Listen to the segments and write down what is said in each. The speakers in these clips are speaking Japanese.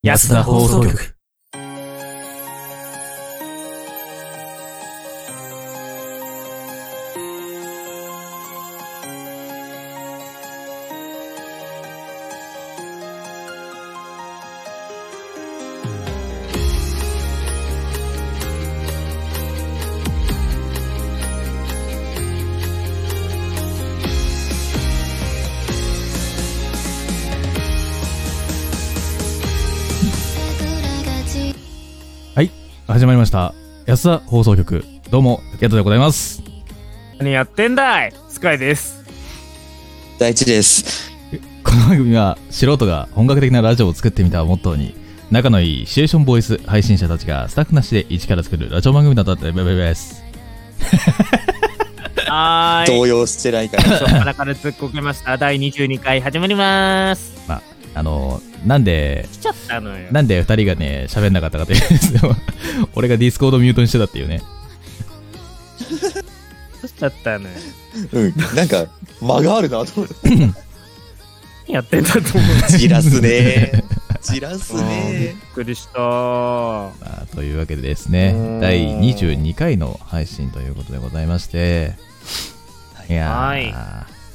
安田放送局。始まりました安田放送局どうも竹田でございます何やってんだいスカイです大地ですこの番組は素人が本格的なラジオを作ってみたをモットーに仲のいいシチュエーションボイス配信者たちがスタッフなしで一から作るラジオ番組だったってべべべですはーい動揺してないから 初っ端から突っこけました第22回始まりますあのなんで来ちゃったのよなんで二人がね喋んなかったかというと 俺がディスコードミュートにしてたっていうね来ちゃったのようんなんか間があるなと思って何やってんだと思うじらすねじらすね びっくりしたーまあというわけでですねうん第22回の配信ということでございましていやーはい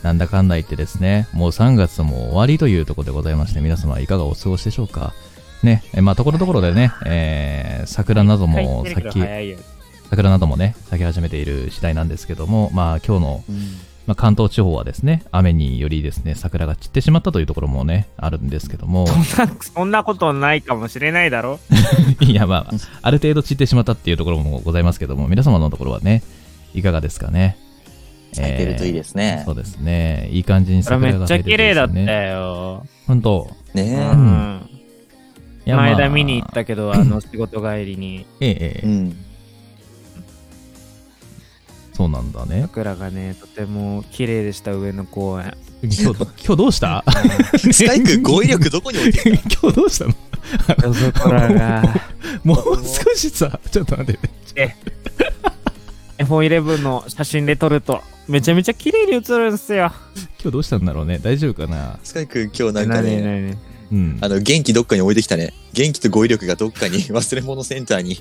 なんだかんだ言ってですねもう3月も終わりというところでございまして皆様いかがお過ごしでしょうかねえまあところどころでね、えー桜なども帰ってるけ咲きど早いよ桜などもね咲き始めている次第なんですけどもまあ今日の、まあ、関東地方はですね雨によりですね桜が散ってしまったというところもねあるんですけどもそんなことないかもしれないだろ いやまあある程度散ってしまったっていうところもございますけども皆様のところはねいかがですかね咲いてるといいですねそうですねいい感じにこれ桜めっがち咲ゃいて綺るといい麗ですだよったよ、ね本当うねん、いや前まあ田見に行ったけどあの仕事帰りにえええええうんそうなんだね桜がねとても綺麗でした上の公 園今日今日どうした スカイ君語彙力どこに置いてる今日どうしたの夜空がもう少しさちょっと待って F11 の写真で撮るとめちゃめちゃ綺麗に写るんすよ今日どうしたんだろうね大丈夫かなスカイ君今日なんか何ね何うんあの元気どっかに置いてきたね元気と語彙力がどっかに 忘れ物センターに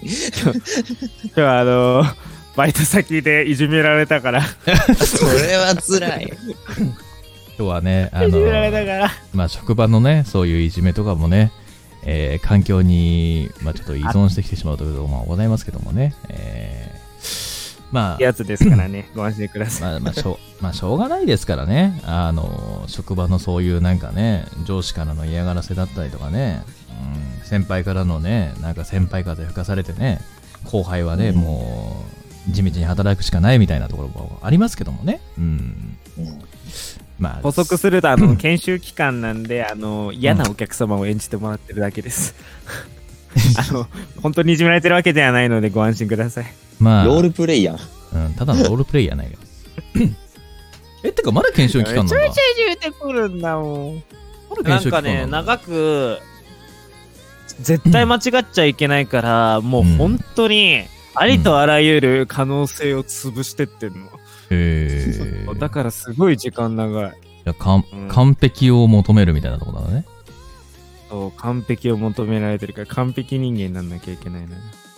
今日はあのー バイト先でいじめられたからい それは 辛い今日はね、あじのめられたからまあ、職場のね、そういういじめとかもね、えー環境に、まあ、ちょっと依存してきてしまうということもございますけどもね、えーまあ、やつですから ねご安心くださいまあまあしょうまあ、しょうがないですからね、あの職場のそういうなんかね、上司からの嫌がらせだったりとかね、うん、先輩からのね、なんか先輩風吹かされてね、後輩はね、うんもう、地道に働くしかないみたいなところもありますけどもね、うん、うんまあ、補足するとあ の研修期間なんであの嫌なお客様を演じてもらってるだけです あの本当にいじめられてるわけではないのでご安心くださいまあ、ロールプレイやんうん、ただのロールプレイやない よ。え、ってか、まだ研修期間なんだ。めちゃめちゃいじめてくるんだもんまだな研ん修期か間ね、なんだ長く、絶対間違っちゃいけないから、もう本当に、ありとあらゆる可能性を潰してってんの。へーだからすごい時間長い。いやかんうん完璧を求めるみたいなとこだね。そう完璧を求められてるから、完璧人間になんなきゃいけないな。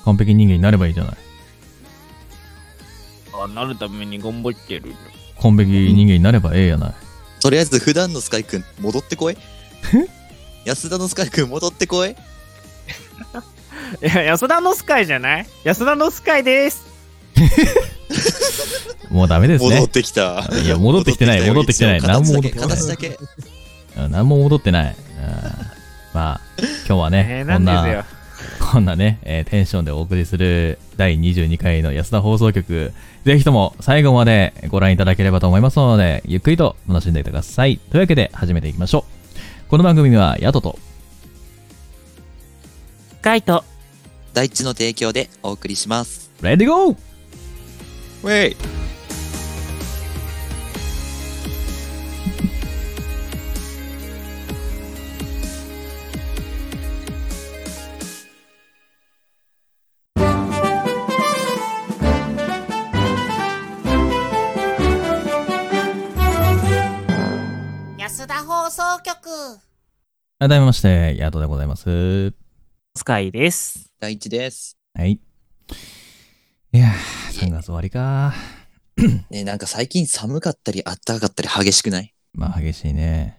完璧人間になればいいじゃない。あなるために頑張ってる。完璧人間になればええやない。とりあえず普段のスカイ君戻って こい安田のスカイ君戻ってこ いいや、安田のスカイじゃない安田のスカイです。もうダメです戻ねっ。てきたいや戻ってきてない戻ってきてない何何もも戻戻っっててきてないきてない形だけうん何も戻ってない。うんまあ、今日はねえー、こなんんでな、こんなね、えーテンションでお送りする第22回の安田放送局、ぜひとも最後までご覧いただければと思いますので、ゆっくりと楽しんでいってください。というわけで始めていきましょう。この番組は、ヤトと、すよ。スカイと。大地の提供でお送りしますレディゴーウェイ安田放送局改めまして、ヤトでございます。スカイです。第一です。はい。いやー、3月終わりか。ねなんか最近寒かったり暖かかったり激しくないまあ、激しいね。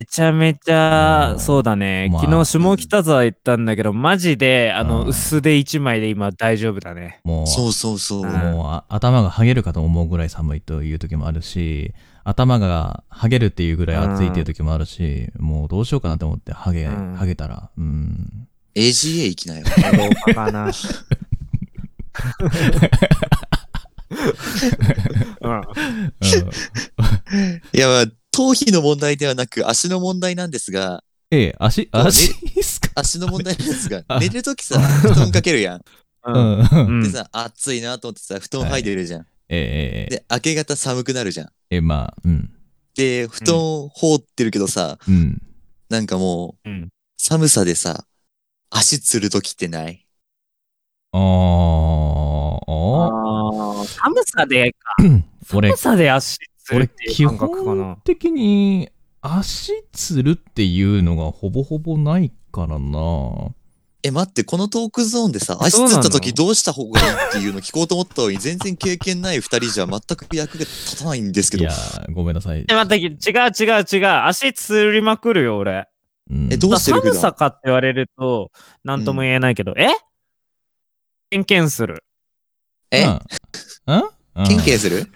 めちゃめちうゃ、んそうだね。まあ昨日、下北沢行ったんだけど、マジで、あうの、ん薄手一枚で今大丈夫だ ね。もう、そうそうそう。うんもうあ頭がはげるかと思うぐらい寒いという時もあるし、頭がはげるっていうぐらい暑いっていう時もあるし、もうどうしようかなと思って、はげ、うんはげたら。 うん。 AGA 行きなよ。豪華かな。うんうんいや、まあ、頭皮の問題ではなく足の問題なんですが、ええ、足、そうね足ですか足の問題なんですがあ、寝るときさ、布団かけるやん。ううんん。えうんでさ、暑いなと思ってさ、布団入ってるじゃん。え、ええ、で、明け方寒くなるじゃん。ええ、まあ、うん。で、布団放ってるけどさ、うん。なんかもううん、寒さでさ、足つるときってないあー、ああー寒さで、ー、俺寒、さで足つる俺、ってい基う感覚かな本。的に足つるっていうのがほぼほぼないからな。え、待って、このトークゾーンでさ、あ足そうつなのった時どうした方がいいっていうの聞こうと思ったのに、全然経験ない二人じゃ全く役が立たないんですけいどや。ー、ごめんなさい。え、待って、違う違う違う。足つりまくるよ、俺。うんえどうしてるけど寒さかって言われると、なんとも言えないけど、えケンケンする。え、うんうんケンケンする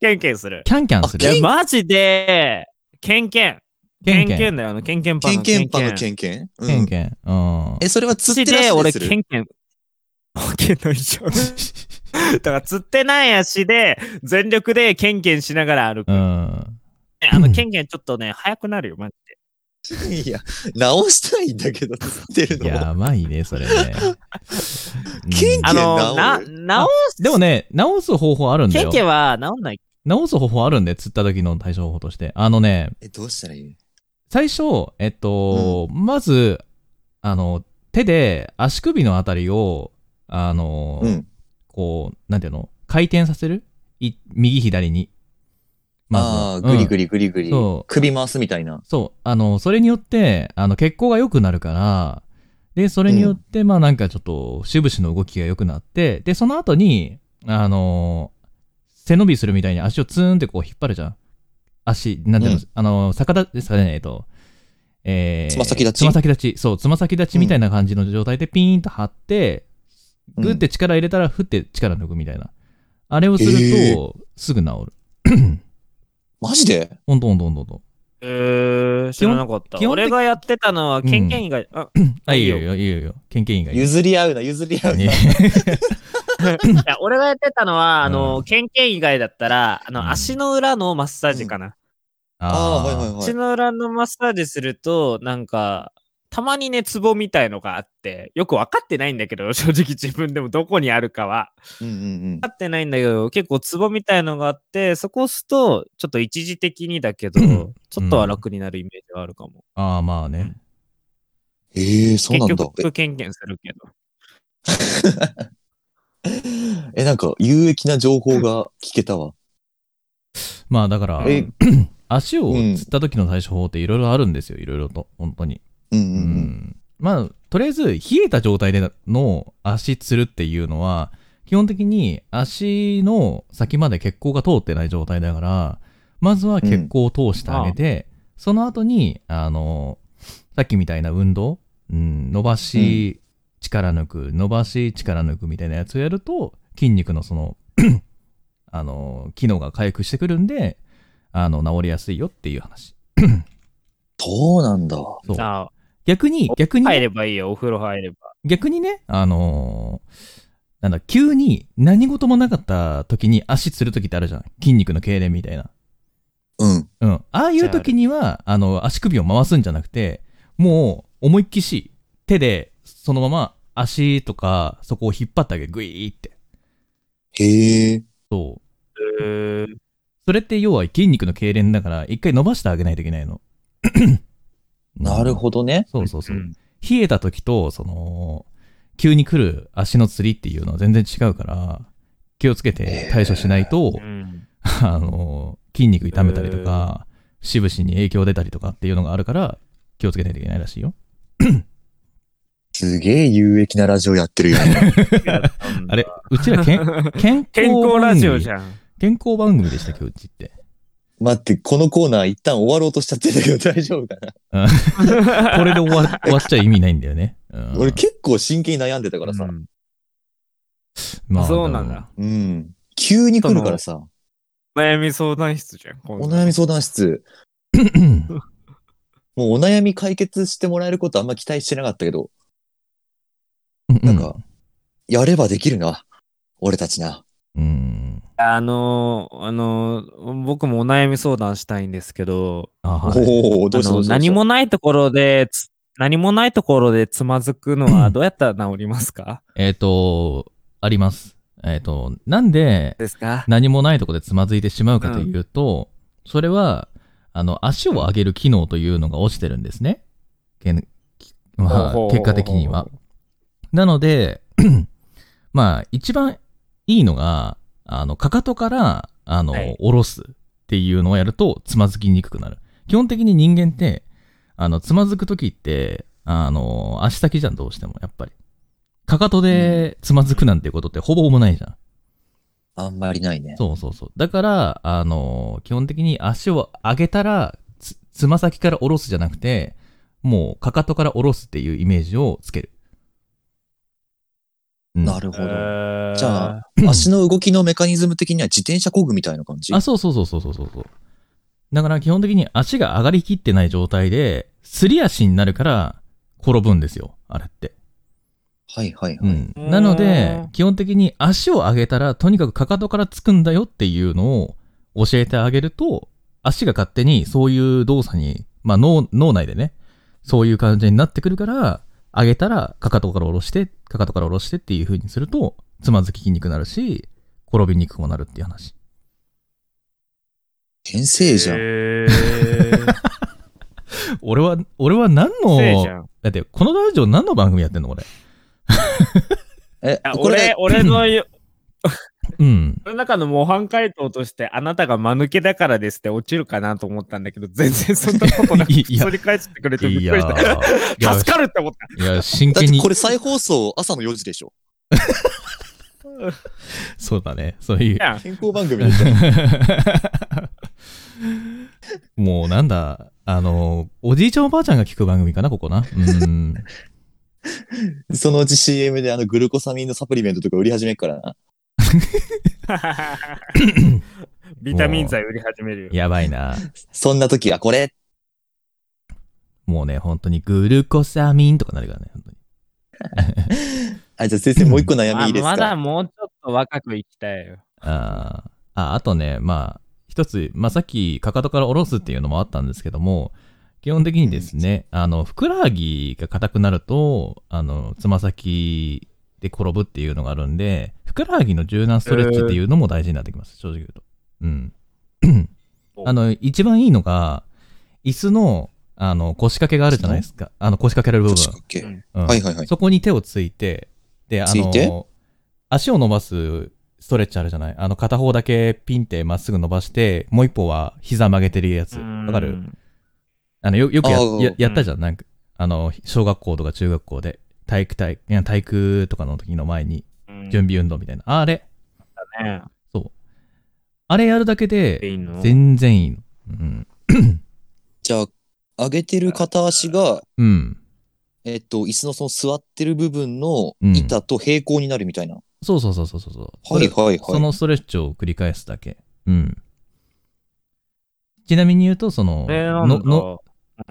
ケンケンする。キャンキャンすいるあや、マジで、ケンケン。ケンケンだよ、あの、ケンケンパンケンのケンパンのン。ケンケンうケンん。ケン。うん。え、それは釣って足らで、し俺、すケるンケン。 ケンの一緒。だから、釣ってない足で、全力でケンケンしながら歩く。うん。ねあの、ケンケンちょっとね、早くなるよ、マジで。いや、直したいんだけど、釣ってるのも。やばいね、それね。ケンケンうんあの、治るな、直す。でもね、直す方法あるんだケンよケ。ンは治んない。直す方法あるんで、釣った時の対処法として。あのね、え、どうしたらいい最初、えっと、まず、あの、手で足首のあたりを、あの、うん。こう、なんていうの回転させるい右左に。ああ、グリグリ。リグリグリそう。首回すみたいな。そう。あの、それによって、あの、血行が良くなるから、で、それによって、まあなんかちょっと、節々の動きが良くなって、で、その後に、あの背伸びするみたいに足をツーンってこう引っ張るじゃん。足、なんていうの、うんあの逆立ちですかね、えっと、えーつま先立ちつま先立ち。そう、つま先立ちみたいな感じの状態でピーンと張って、グって力入れたら、ふって力抜くみたいな。あれをすると、えすぐ治る。マジでほんとほんとほんとほんと。えー、知らなかった。基本的俺がやってたのは、ケンケン以外、あ、あ、いいいいよよいいよ、いいよいいよ。ケンケン以外。譲り合うな、譲り合うな。いや俺がやってたのは、あの、うんケンケン以外だったら、あうんの、足の裏のマッサージかな。ああ、はいはい足はい。の裏のマッサージすると、なんか、たまにね、ツボみたいのがあって、よく分かってないんだけど、 正直自分でもどこにあるかは。うんうん分かってないんだけど、結構ツボみたいのがあって、そこを押すと、ちょっと一時的にだけど、うんちょっとは楽になるイメージはあるかも。ああ、まあね。うん。ええ、そうなんだ結。局、ケンケンするけど。え、なんか、有益な情報が聞けたわ。まあだから、え、 足をうんつった時の対処法っていろいろあるんですよ、いろいろと。本当に。うんううんまあ、とりあえず、冷えた状態での足つるっていうのは、基本的に足の先まで血行が通ってない状態だから、まずは血行を通してあげて、その後に、あの、さっきみたいな運動、うん、伸ばし、力抜く、伸ばし、力抜くみたいなやつをやると、筋肉のその、 あの、機能が回復してくるんで、あの、治りやすいよっていう話。そうなんだ。そうあ逆に、逆にね、入ればいいよ、お風呂入れば。逆にね、あのーなんだ、急に何事もなかった時に足つる時ってあるじゃん。筋肉の痙攣みたいな。うん。うん。ああいう時には、あの、足首を回すんじゃなくて、もう思いっきし、手でそのまま足とかそこを引っ張ってあげる。グイーって。へえ。そう。えーそれって要は筋肉の痙攣だから、一回伸ばしてあげないといけないの。 なるほどね。ど。そうそうそう。ん冷えた時と、その、急に来る足の釣りっていうのは全然違うから、気をつけて対処しないとう、ん あの、筋肉痛めたりとか、節々に影響出たりとかっていうのがあるから、気をつけないといけないらしいよ。すげえ有益なラジオやってるよね。あれ、うちらけん健健康ラジオじん。ゃん。健康番組でしたっけ、うちって。待って、このコーナー一旦終わろうとしちゃってるけど大丈夫かな、これで終わ 終わっちゃ意味ないんだよね。うん俺結構真剣に悩んでたからさ。うんまあそうなんだ。。うん。急に来るからさ。お悩み相談室じゃん。こんなお悩み相談室。でももうお悩み解決してもらえることあんま期待してなかったけど、うんなんか、やればできるな。俺たちな。うん。あのーあのー僕もお悩み相談したいんですけど、あおはいおーどうしあたどのうした何もないところでつ、何もないところでつまずくのはどうやったら治りますかえっ、と、あります。えっ、と、なんでですか何もないとこでつまずいてしまうかというと、それは、あの、足を上げる機能というのが落ちてるんですね。けんまあほうほうほうほう、結果的には。なので、 まあ、一番いいのが、あの、かかとから、あの、はい下ろすっていうのをやると、つまずきにくくなる。基本的に人間って、あの、つまずくときって、あの、足先じゃん、どうしても、やっぱり。かかとでつまずくなんてことってほぼほぼないじゃん。あんまりないね。そうそうそう。だから、あの、基本的に足を上げたら、つ、つま先から下ろすじゃなくて、もう、かかとから下ろすっていうイメージをつける。うんなるほど。えーじゃあ、足の動きのメカニズム的には自転車工具みたいな感じあ、そうそうそうそうそうそうそう。だから基本的に足が上がりきってない状態で、すり足になるから転ぶんですよ、あれって。はいはいうはい。ん。なのうでん、基本的に足を上げたら、とにかくかかとからつくんだよっていうのを教えてあげると、足が勝手にそういう動作に、まあ脳脳内でね、そういう感じになってくるから、上げたらかかとから下ろして、かかとから下ろしてっていう風にすると、つまずきにくくなるし、転びにくくもなるっていう話。天性じゃん。え ー俺は、俺は何せいじゃの、んだって、このラジオ何の番組やってんの俺。えあ、こ俺れ、、俺のよ、うん。俺の中の模範解答として、あなたが間抜けだからですって落ちるかなと思ったんだけど、全然そんな ことなくいや普通に返してくれてびいっやくりした。ー、いや 助かるって思った。いや、真だっ剣てにこ、れ再放送朝の4時でしょ。そうだね、そういう。やん健康番組でしょ。 もうなんだ、あの、おじいちゃんおばあちゃんが聞く番組かな、ここな。うん。 そのうち CM であのグルコサミンのサプリメントとか売り始めっからな。 ビタミン剤売り始めるよ。やばいな。そんな時はこれ。もうね、本当にグルコサミンとかなるからね、本当に。あ、じゃあ先生もう一個悩みいいですか、まだもうちょっと若く生きたいよ。あーあ、あとね、まあ、一つ、まあさっき、かかとから下ろすっていうのもあったんですけども、基本的にですね、あの、ふくらはぎが硬くなると、あの、つま先で転ぶっていうのがあるんで、ふくらはぎの柔軟ストレッチっていうのも大事になってきます、正直言うと。うん。あの、一番いいのが、椅子の、あの、腰掛けがあるじゃないですか。あの、腰掛けられる部確分か。けうんうんはいはいはい。そこに手をついて、で、あついての、足を伸ばすストレッチあるじゃないあの、片方だけピンってまっすぐ伸ばして、もう一方は膝曲げてるやつ。わかるあの、よ、よくやあーややったじゃんなんか、あの、小学校とか中学校で、体育体、いや体育とかの時の前に、うん準備運動みたいな。あれねそう。あれやるだけで、いいの全然いいの。うん。じゃあ、上げてる片足が、うん。えっと、椅子のその座ってる部分のうん板と平行になるみたいな。そうそうそうそうそうそう。そはれいはいそはい。のストレッチを繰り返すだけ。うん。ちなみに言うと、その、これなんだのの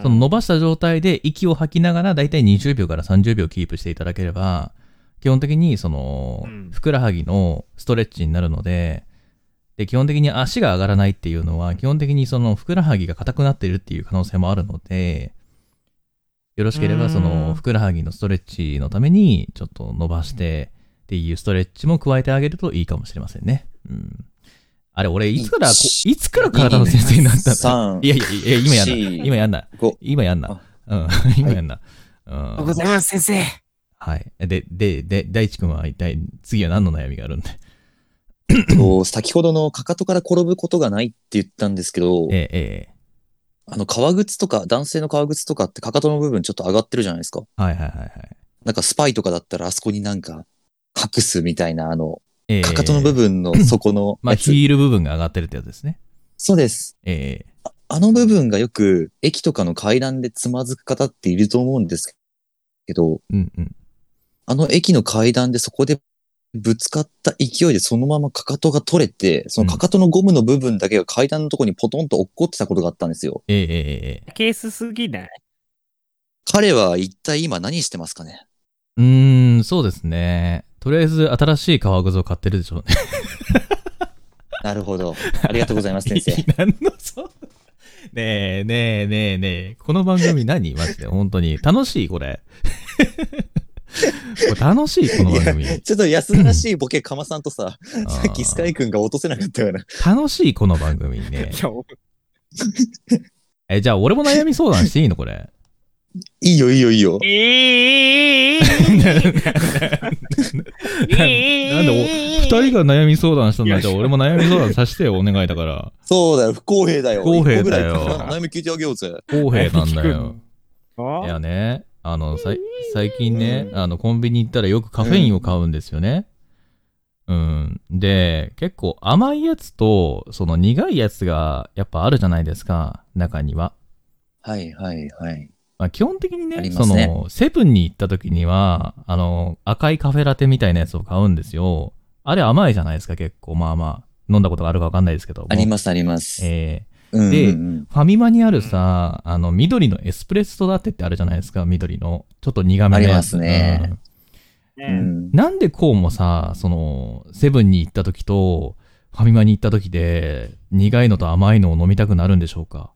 その伸ばした状態で息を吐きながら、だいたい20秒から30秒キープしていただければ、基本的に、そのうん、ふくらはぎのストレッチになるので、で、基本的に足が上がらないっていうのは、基本的にその、ふくらはぎが硬くなっているっていう可能性もあるので、よろしけれうーば、んその、ふくらはぎのストレッチのために、ちょっと伸ばしてっていうストレッチも加えてあげるといいかもしれませんね。うん。あれ、俺、いつからこ、一いつから体の先生になったんだ三いやいやいや、今やんな。四今やんな。五今やんな。うん。今やんな。うおはようごん。ざいます、先生。はい。で、で、で、大地君は一体、次は何の悩みがあるんで。と先ほどのかかとから転ぶことがないって言ったんですけど、ええ、えあの、革靴とか、男性の革靴とかってかかとの部分ちょっと上がってるじゃないですか。え。はいはいはいはい。なんかスパイとかだったらあそこになんか隠すみたいな、あの、えーかかとの部分の底のまあ、やつ。ヒール部分が上がってるってやつですね。そうです。えあの部分がよく駅とかの階段でつまずく方っていると思うんですけど、ーうんうん。あの駅の階段でそこでぶつかった勢いでそのままかかとが取れて、そのかかとのゴムの部分だけが階段のとこにポトンと落っこってたことがあったんですよ。えーえーえーえケースすぎない彼は一体今何してますかねーうーん、そうですね。とりあえず新しい革靴を買ってるでしょうね。なるほど。ありがとうございます、 先生。何のそうねえねえねえねえ。この番組何 マジで本当に。楽しいこれ。 これ楽しいこの番組。ちょっと安らしいボケかまさんと さ、 あさーっきスカイくんが落とせなかったから。楽しいこの番組 ねい。や、おえ、じゃあ俺も悩み相談していいの これ。いいよ、いいよ、いいよ。ええええええなんでお、二人が悩み相談したんだじゃあ俺も悩み相談させてよ、お願いだから。そうだよ、不公平だよ。不公平だよ一個ぐらい悩み聞いてあげようぜ。公平なん 悩み聞だくよの。いやね、あの、さい最近ね、あの、コンビニ行ったらよくカフェインを買うんですよね。うん。で、結構甘いやつと、その苦いやつがやっぱあるじゃないですか、中には。はい、はい、はい。まあ、基本的にあねりまそすねの、セブンに行った時には、あの、赤いカフェラテみたいなやつを買うんですよ。あれ甘いじゃないですか、結構。まあまあ、飲んだことがあるかわかんないですけども。あります、あります。えうんでうんうんーファミマにあるさ、あの、緑のエスプレッソラテってあるじゃないですか、緑の。ちょっと苦めのやつ。ありますねうんうんなんでこうもさ、その、セブンに行った時と、ファミマに行った時で、苦いのと甘いのを飲みたくなるんでしょうか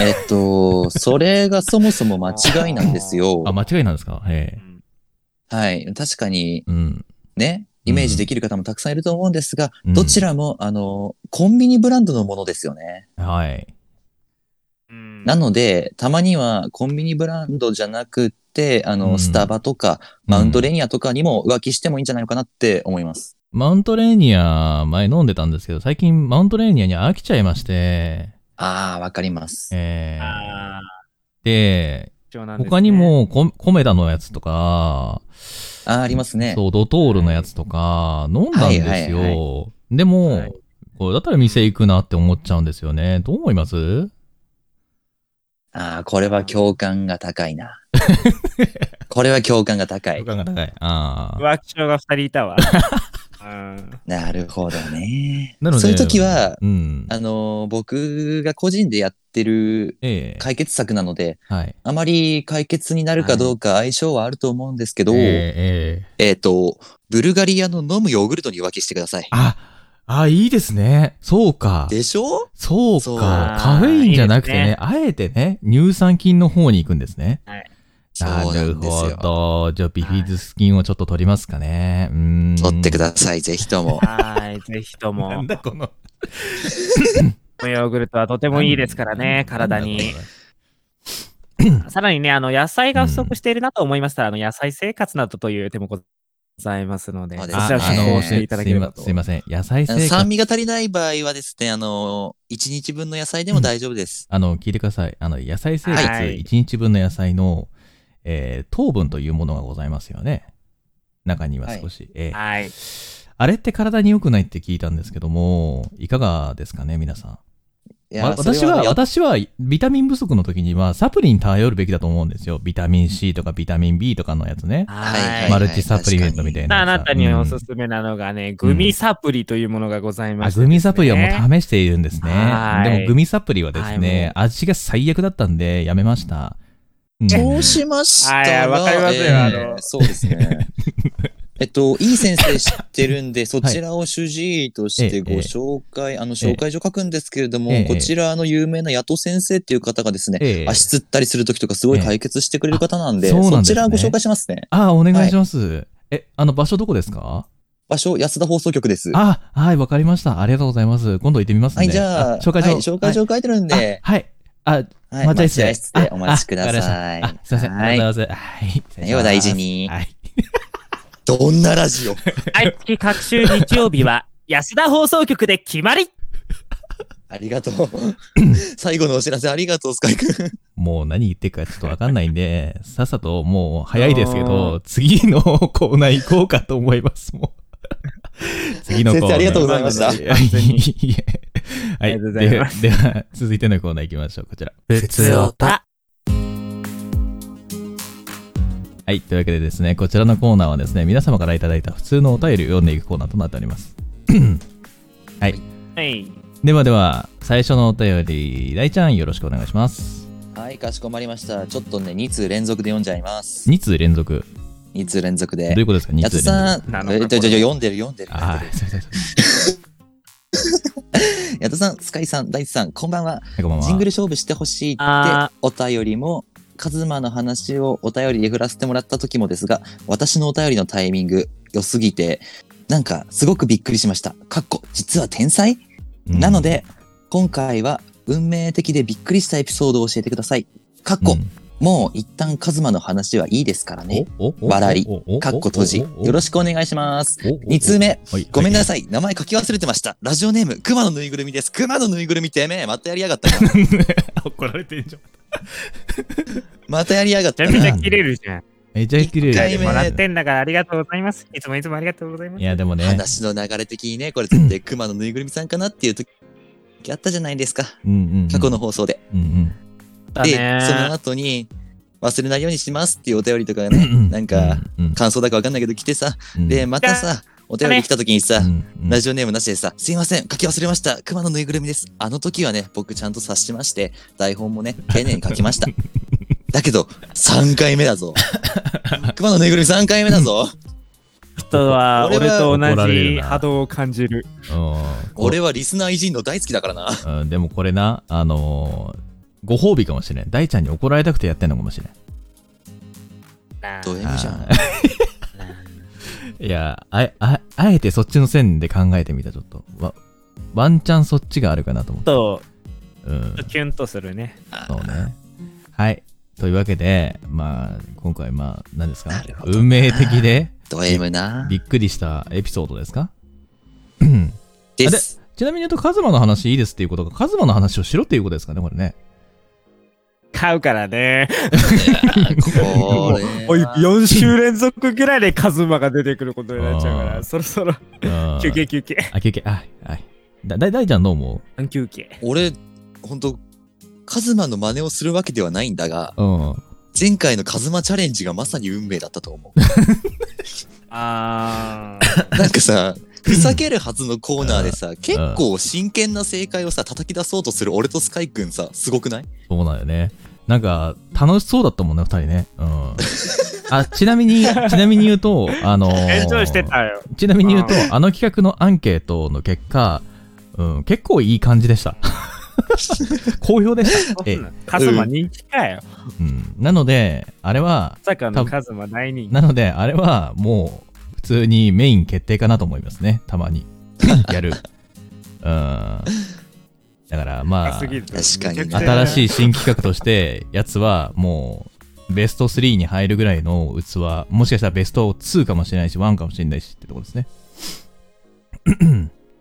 えっと、それがそもそも間違いなんですよあ、。間違いなんですかええはい。確かに、うん。ね、イメージできる方もたくさんいると思うんですが、うんどちらも、あの、コンビニブランドのものですよね。はい。なので、たまにはコンビニブランドじゃなくて、あうの、んスタバとか、マウントレニアとかにも浮気してもいいんじゃないのかなって思います。マウントレーニア、前飲んでたんですけど、最近マウントレーニアに飽きちゃいまして、ああ、わかります。えー、あで、ー他に、もコ、コメダのやつとか、ああ、ありますね。そう、ドトールのやつとか、飲んだんですよ。はいはいでも、はいこれだったら店行くなって思っちゃうんですよね。どう思いますああ、これは共感が高い な。これは共感が高い。感が高い。ああ。浮気症が二人い たわ。うんなるほどね。なのでそういう時は、うん。あのー僕が個人でやってるええ解決策なので、はい。あまり解決になるかどうか相性はあると思うんですけど、えええっ、ええと、ブルガリアの飲むヨーグルトに浮気してください。あ、あ、いいですね。そうか。でしょそうそうか。カフェインじゃなくてねいいですねあえてね、乳酸菌の方に行くんですね。そうなんでするほよ。ど。じゃあ、ビフィズス菌をちょっと取りますかね。うーん。取ってください、ぜひとも。はい、ぜひとなもん。だこの。ヨーグルトはとてもいいですからね、体に。。さらにね、あの、野菜が不足しているなと思いましたら、あの、野菜生活などという手もございますので、そうそでちすねあ、らあ進の、行してすいただければと。すいません。 野菜あの生酸活。味が足りない場合はですね、あのー、1日分の野菜でも大丈夫です。あの、聞いてください。あの、野菜生活はい1日分の野菜の、えー糖分というものがございますよね。中には少し。えーはい。あれって体に良くないって聞いたんですけども、いかがですかね、皆さん。いやわ私それは、ね私は、ビタミン不足の時には、サプリに頼るべきだと思うんですよ。ビタミン C とかビタミン B とかのやつね。はいマルチサプリメントみたいなやあつさ。なたにおすうんすめなのがね、グミサプリというものがございまあす、ねグミサプリはもう試しているんですね。はいでもグミサプリはですはいもねう、味が最悪だったんで、やめました。うんそうしましたはら、いわかりますよえーあのそうで すね。えっと、いい先生知ってるんで、そちらを主治医としてご紹介、あの、紹介状書くんですけれども、ええこちらあの有名なヤト先生っていう方がですね、ええ足つったりするときとかすごい解決してくれる方なんで、ええあそうなんそですちねらご紹介しますね。あ、お願いします。え、あの場所どこですか場所、安田放送局です。はあ、はい、わかりました。ありがとうございます。今度行ってみますね。い、じゃあ、紹介はい状。紹介状書いてるんはいで、あはい。あ、はい、待合室待で合室でお待ちください。あ、すいません。あはりい。がとうございます。はい。失礼しま要はす大事に。はい。どんなラジオ 毎月各週日曜日は、安田放送局で決まり ありがとう。最後のお知らせありがとう、スカイ君。もう何言ってるかちょっとわかんないんで、 さっさともう早いですけど、次のコーナー行こうかと思います、もう。次のコーナー。先生ありがとうございましたいやいやいやはありい。がとうございでまでは、 続いてのコーナー行きましょう。こちら。普通オタ。はい。というわけでですね、こちらのコーナーはですね、皆様からいただいた普通のお便りを読んでいくコーナーとなっております。はい。ではでは、最初のお便り、大ちゃんよろしくお願いします。はい、かしこまりました。ちょっとね、2通連続で読んじゃいます。 2通連続。 2通連続どでうい。うことですか ?2 や通つ連続。さん、なのかえっと、じゃあ読んでる読んでる。ああ、すいません。すいまやつさん、スカイさん、大地さん、こんばんは。せんこんばんはジングル勝負してほしいってあお便りも、カズマの話をお便りで振らせてもらった時もですが、私のお便りのタイミング良すぎて、なんかすごくびっくりしました。かっこ、実は天才、うんなので、今回は運命的でびっくりしたエピソードを教えてください。かっこ、もう一旦カズマの話はいいですからね。笑いかっこ閉じ。よろしくお願いします。く。 2通目。はい。ごめんななさい。名前書き忘れてました。ラジオネーム、熊のぬいぐるみです。熊のぬいぐるみてめえ。またやりやがったな。怒られてんじゃん。またやりやがっめたちゃめちゃな。切れるじゃん。めちゃ綺麗一回もらっいてんだからありがとうございます。いつもいつもありがとうございます。や、でもね、 話の流れ的にね、これ絶対熊のぬいぐるみさんかなっていう時あったじゃないですか。うんうんうん過去の。放送で。うんだで、ねその後に、忘れないようにしますっていうお便りとかがね、うん。なんか、感想だかわかんないけど来てさ、で、またさ、お便り来た時にさ、ラジオネームなしでさ、すいません、書き忘れました。熊のぬいぐるみです。あの時はね、僕ちゃんと察しまして、台本もね、丁寧に書き ました。だけど、3回目だぞ。熊のぬいぐるみ3回目だぞ。人は俺俺はと怒ら同れるじな波動を感じる。俺はリスナー偉人の大好きだからな。は。でもこれな、あのー、ご褒美かもしれん。大ちゃんに怒られたくてやってんのかもしれん。なド M じゃん。いや、あえ、ああえてそっちの線で考えてみた、ちょっと。わワンチャンそっちがあるかなと思って。とうん。キュンとするね。そうね。はい。というわけで、まあ、今回、まあ、何ですかなるほどな運命的でド M な。びっくりしたエピソードですか うんです。ちなみに言うと、カズマの話いいですっていうことが、カズマの話をしろっていうことですかね、これね。買うからね。これ おい、は。 4週連続ぐらいでカズマが出てくることになっちゃうかあーら、そろそろうん休憩休憩。あ、休憩。あ、はい。だ、だ、大ちゃんどう思休憩。俺、ほんと、カズマの真似をするわけではないんだが、ううん。前回のカズマチャレンジがまさに運命だったと思う。あ なんかさ、ふざけるはずのコーナーでさ、結構真剣な正解をさ、叩き出そうとする俺とスカイくんさ、すごくないそうなんよね。なんか、楽しそうだったもんね、二人ね。うん。あ、ちなみに、ちなみに言うと、あのー。 ー延長してたよ。ちなみに言うとう、あの企画のアンケートの結果、うん、結構いい感じ でした。好評でした。ええカズマ人気かよ。うん、なので、あれはま、さかのカズマ大人気。なので、あれはもう普通にメイン決定かなと思いますね、たまに。やる。うん。だからまあ、高すぎる確かにね新い。しい新企画として、やつはもうベスト3に入るぐらいの器、もしかしたらベスト2かもしれないし、1かもしれないしってところ ですね。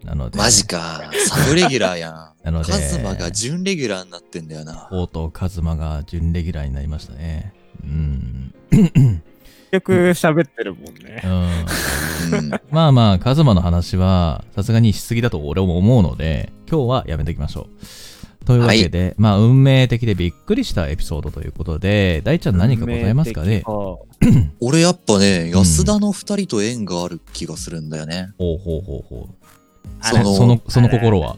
なので、マジか。サブレギュラーやなのん。でカズマが準レギュラーになってんだよな。とうとうカズマが準レギュラーになりましたね。うん。結局喋ってるもんねう。んうんまあまあ、カズマの話は、さすがにしすぎだと俺も思うので、今日はやめときましょう。というわけで、まあ、運命的でびっくりしたエピソードということで、大ちゃん何かございますかね運命的俺やっぱね、うん安田の二人と縁がある気がするんだよね。ほうほうほうほう。あそらのその、その心は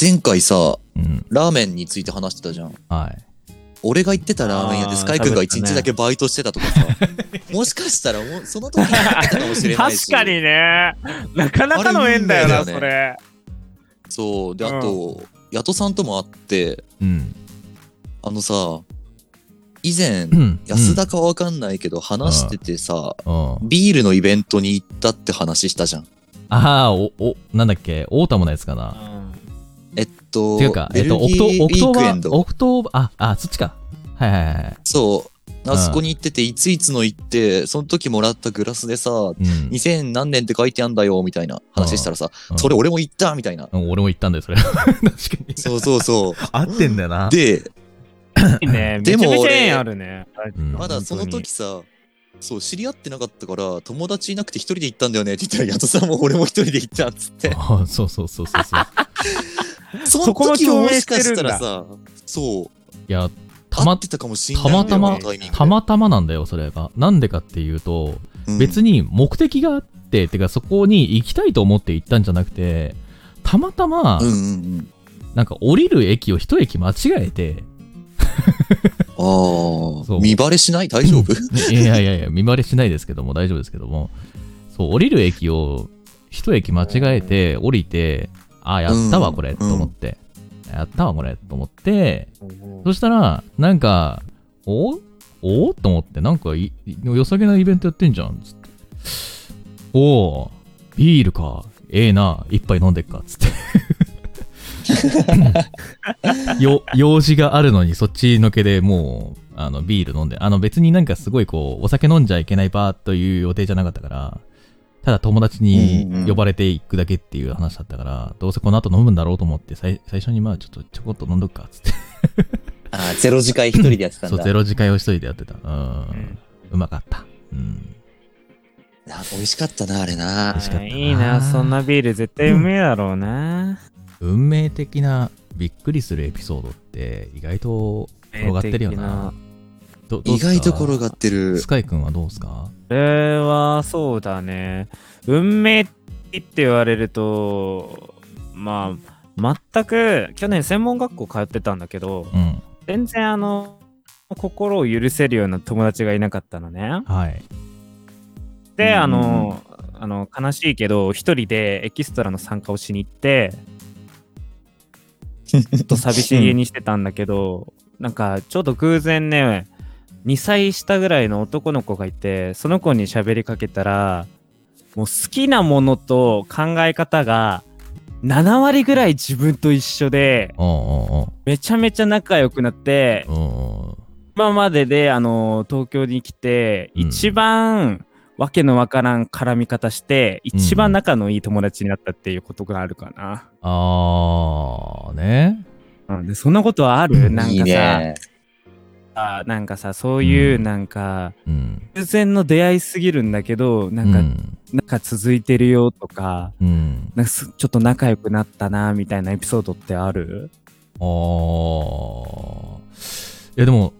前回さ、うん。ラーメンについて話してたじゃん。はい。俺が行ってたラーメン屋あでースカイ君が一食べたね日だけバイトしてたとかさ、 もしかしたらもうその時に行ってたかもしれないし 確かにね。なかなかの縁だよな、あれ運そ命だれ。そうであと、ヤトさんとも会ってうん。あのさ以前うん安田かわかんないけど話しててさ、うん。うんビールのイベントに行ったって話したじゃんああ、お、お、なんだっけ、オータムのやつかな。えっとっていうか、えっベルギと、オクト、ーオウィクトーークエバンー、ドオクトーバー、あ、あ、そっちか。はいはいはいはい。そうあそこに行ってていついつの行ってその時もらったグラスでさうん。 2000何年って書いてあんだよみたいな話したらさ、うんそれ俺も行ったみたいな、 うん俺も言ったんだよ、それ。確かに。そうそうそう合ってんだよな。で、いね。でめもちゃめちゃ俺縁あるね。うんまだその時さ、そう、知り合ってなかったから、友達いなくて一人で行ったんだよねって言ったら、矢戸さんも俺も一人で行ったっつって。ああそうそうそうそうそう。 そそのこも時共もも鳴ししてるかんだしたらさ、そう、いや、たたままっ、てたかもしれないんだよねたまタイミングでたまたまなんだよ、それが。なんでかっていうと、うん別に目的があって、てかそこに行きたいと思って行ったんじゃなくて、たまたま、うんうんうん。なんか降りる駅を一駅間違えて、あそあ、う見バレしない大丈夫 いやいやいや、見バレしないですけども、大丈夫ですけども、そう、降りる駅を一駅間違えて、降りて、あ、やったわ、うんこれ、うんと思って。やったわ、これ、と思って、うんそしたら、なんか、おおと思って、なんかい、良さげなイベントやってんじゃん、つって。おー、ビールか。ええな、一杯飲んでっか、つって。 よ用事があるのにそっちのけでもうあのビール飲んであの別になんかすごいこうお酒飲んじゃいけないバーという予定じゃなかったからただ友達うんうにん呼ばれていくだけっていう話だったから、どうせこの後飲むんだろうと思って最最初にまあちょっとちょこっと飲んどくかっつってああ、ゼロ次会一人でやってたんそう、だ。ゼロ次会を一人でやってた。うん。んうまかった。うん。な美味しかったな、あれな。しかったないいな、そんなビール絶対うめえだろう な。運命的なびっくりするエピソードって意外と転がってるよな。どどう意っすか外と転がってるス。カイ君はどうですかこれはそうだね。運命って言われると、まあ、全く、去年専門学校通ってたんだけど、うん。全然あの、心を許せるような友達がいなかったのね。はい。で、うんあの、あの悲しいけど、一人でエキストラの参加をしに行って、ちょっちょっと寂しげに。にしてたんだけど、なんかちょっと偶然ね2歳下ぐらいの男の子がいてその子に喋りかけたらもう好きなものと考え方が7割ぐらい自分と一緒でおうめちゃめちゃ仲良くなっておうおう。おうおう今までであの東京に来てうん一番わけのわからん絡み方して一番仲のいい友達になったっていうことがあるかな。あー、ね。うん、でそんなことはあるなんかさいいね。あなんかさそういううんなんか、うん。偶然の出会いすぎるんだけどなんか、うん。なんか続いてるよとかうん、なんかすちょっと仲良くなったなみたいなエピソードってあるあー。いや、でも、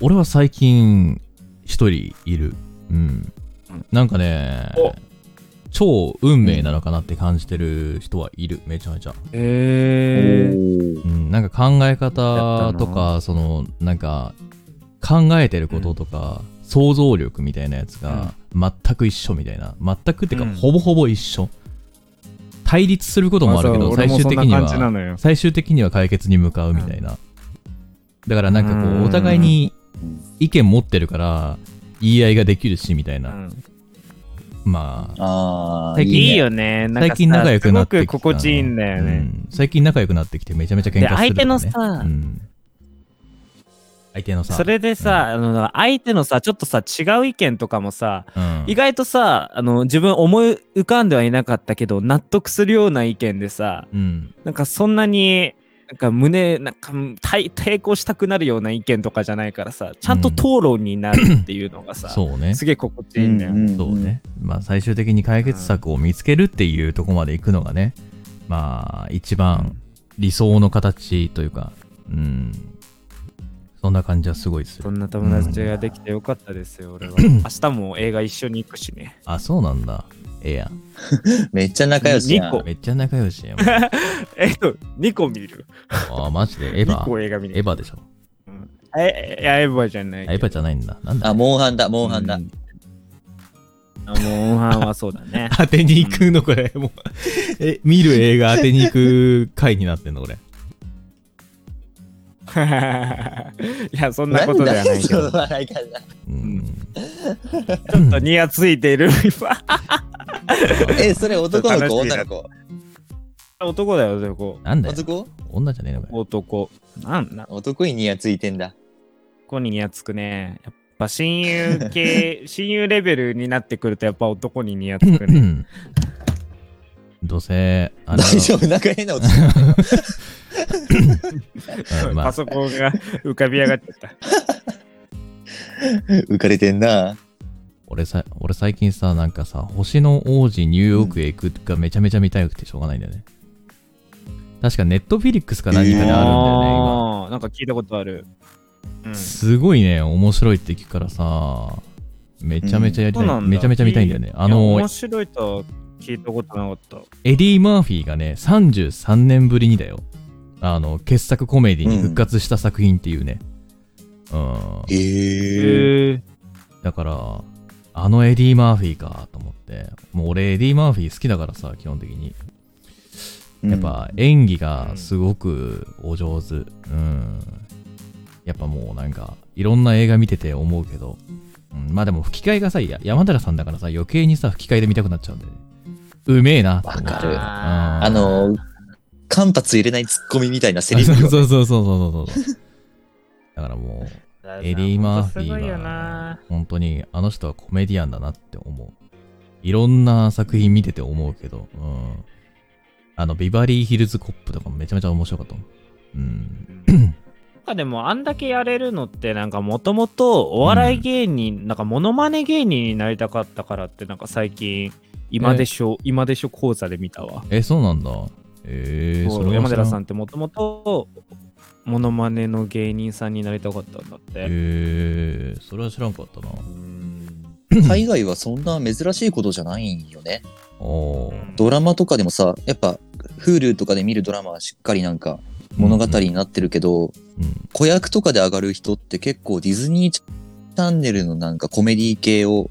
俺は最近、一人いる。うんうん。なんかねお、超運命なのかなって感じてる人はいる、めちゃめちゃ。へおーうん、なんか考え方とか、その、なんか、考えてることとか、想像力みたいなやつが、全く一緒みたいな。全くっていうか、うんほぼほぼ一緒。対立することもあるけど、最終的に感じなは、のよ最終的には解決に向かうみたいな。だからなんかこうんう、お互いに意見持ってるから、言い合いができるし、みたいな。まあ、ああ、最い近いよねなんかさ最近仲良くなってすきたごく心地いいんだよね、うん最近仲良くなってきてめちゃめちゃ喧嘩するとか、ね、で相手のさうん相手のさそれでさ、あの相手のさちょっとさ違う意見とかもさ、うん意外とさあの自分思い浮かんではいなかったけど納得するような意見でさうんなんかそんなになんか胸なんか対抵抗したくなるような意見とかじゃないからさちゃんと討論になるっていうのがさ、そうねすげえ心地いいんだよ、んそう。ねまあ最終的に解決策を見つけるっていうとこまで行くのがねまあ一番理想の形というかうんそんな感じはすごいすそるんな友達ができてよかったです よ、俺は明日も映画一緒に行くしね あそうなんだええやんめっちゃ仲良しじゃん二個めっちゃ仲良し やんえっと2個見るあマジでエヴ2個 ァ映画見エるヴァでしょえいやエヴァじゃないあエヴァじゃないんだなんだあ、モンハンだ、モンハンだ。うんあモンハンはそうだね 当てに行くのこれもうえ見る映画当てに行く回になってんのこれいやそんなことではないけどんだその笑い方 うちんょっとニヤついている え、それ男の子、楽しい女なの子。男だよ男なんだよ男女じゃねえのかよ男なんな男にニヤついてんだ。男にニヤつくねやっぱ親友 系親友レベルになってくるとやっぱ男にニヤつくうねん どうせあれだ大ろ丈夫、なんか変な音。うんまパあ、ソコンが 浮かび上がっちゃった。 浮かれてんな。俺さ、俺最近さ、なんかさ、星の王子ニューヨークへ行くがめちゃめちゃ見たくてしょうがないんだよね。確かネットフィリックスか何かであるんだよね、今。あーなんか聞いたことある。うんすごいね、面白いって聞くからさ、めちゃめちゃやりたそい、うなんだめちゃめちゃ見たいんだよね。あいやの面、白いとは聞いたことなかった。エディ・マーフィーがね、33年ぶりにだよ。あの、傑作コメディに復活した作品っていうね。うん。へえ。へえ。だから、あのエディ・マーフィーかと思って、もう俺エディ・マーフィー好きだからさ、基本的に。やっぱ演技がすごくお上手。うん。やっぱもうなんか、いろんな映画見てて思うけど、うん、まあでも吹き替えがさ、や山寺さんだからさ、余計にさ、吹き替えで見たくなっちゃうんで、うめえなって思う。わかるああの、間髪入れないツッコミみたいなセ リそうそフ。うそうそうそうそうそう。だからもう、エディ・マーフィすごいよーはな。本当にあの人はコメディアンだなって思う。いろんな作品見てて思うけど、うん。あの、ビバリーヒルズ・コップとかもめちゃめちゃ面白かったもん。うん。なんかでもあんだけやれるのってなんかもともとお笑い芸人、なんかモノマネ芸人になりたかったからってなんか最近今でしょ、今でしょ講座で見たわ、え、そうなんだ。えー、そそうれは山寺知さらんん。ってもともとモノマネの芸人さんになりたかったんだって、えー、それは知らんかったな。海外はそんな珍しいことじゃないんよね。おー。ドラマとかでもさ、やっぱ Hulu とかで見るドラマはしっかりなんか物語になってるけうど、ん。子役とかで上がる人って結構ディズニーチャンネルのなんかコメディ系を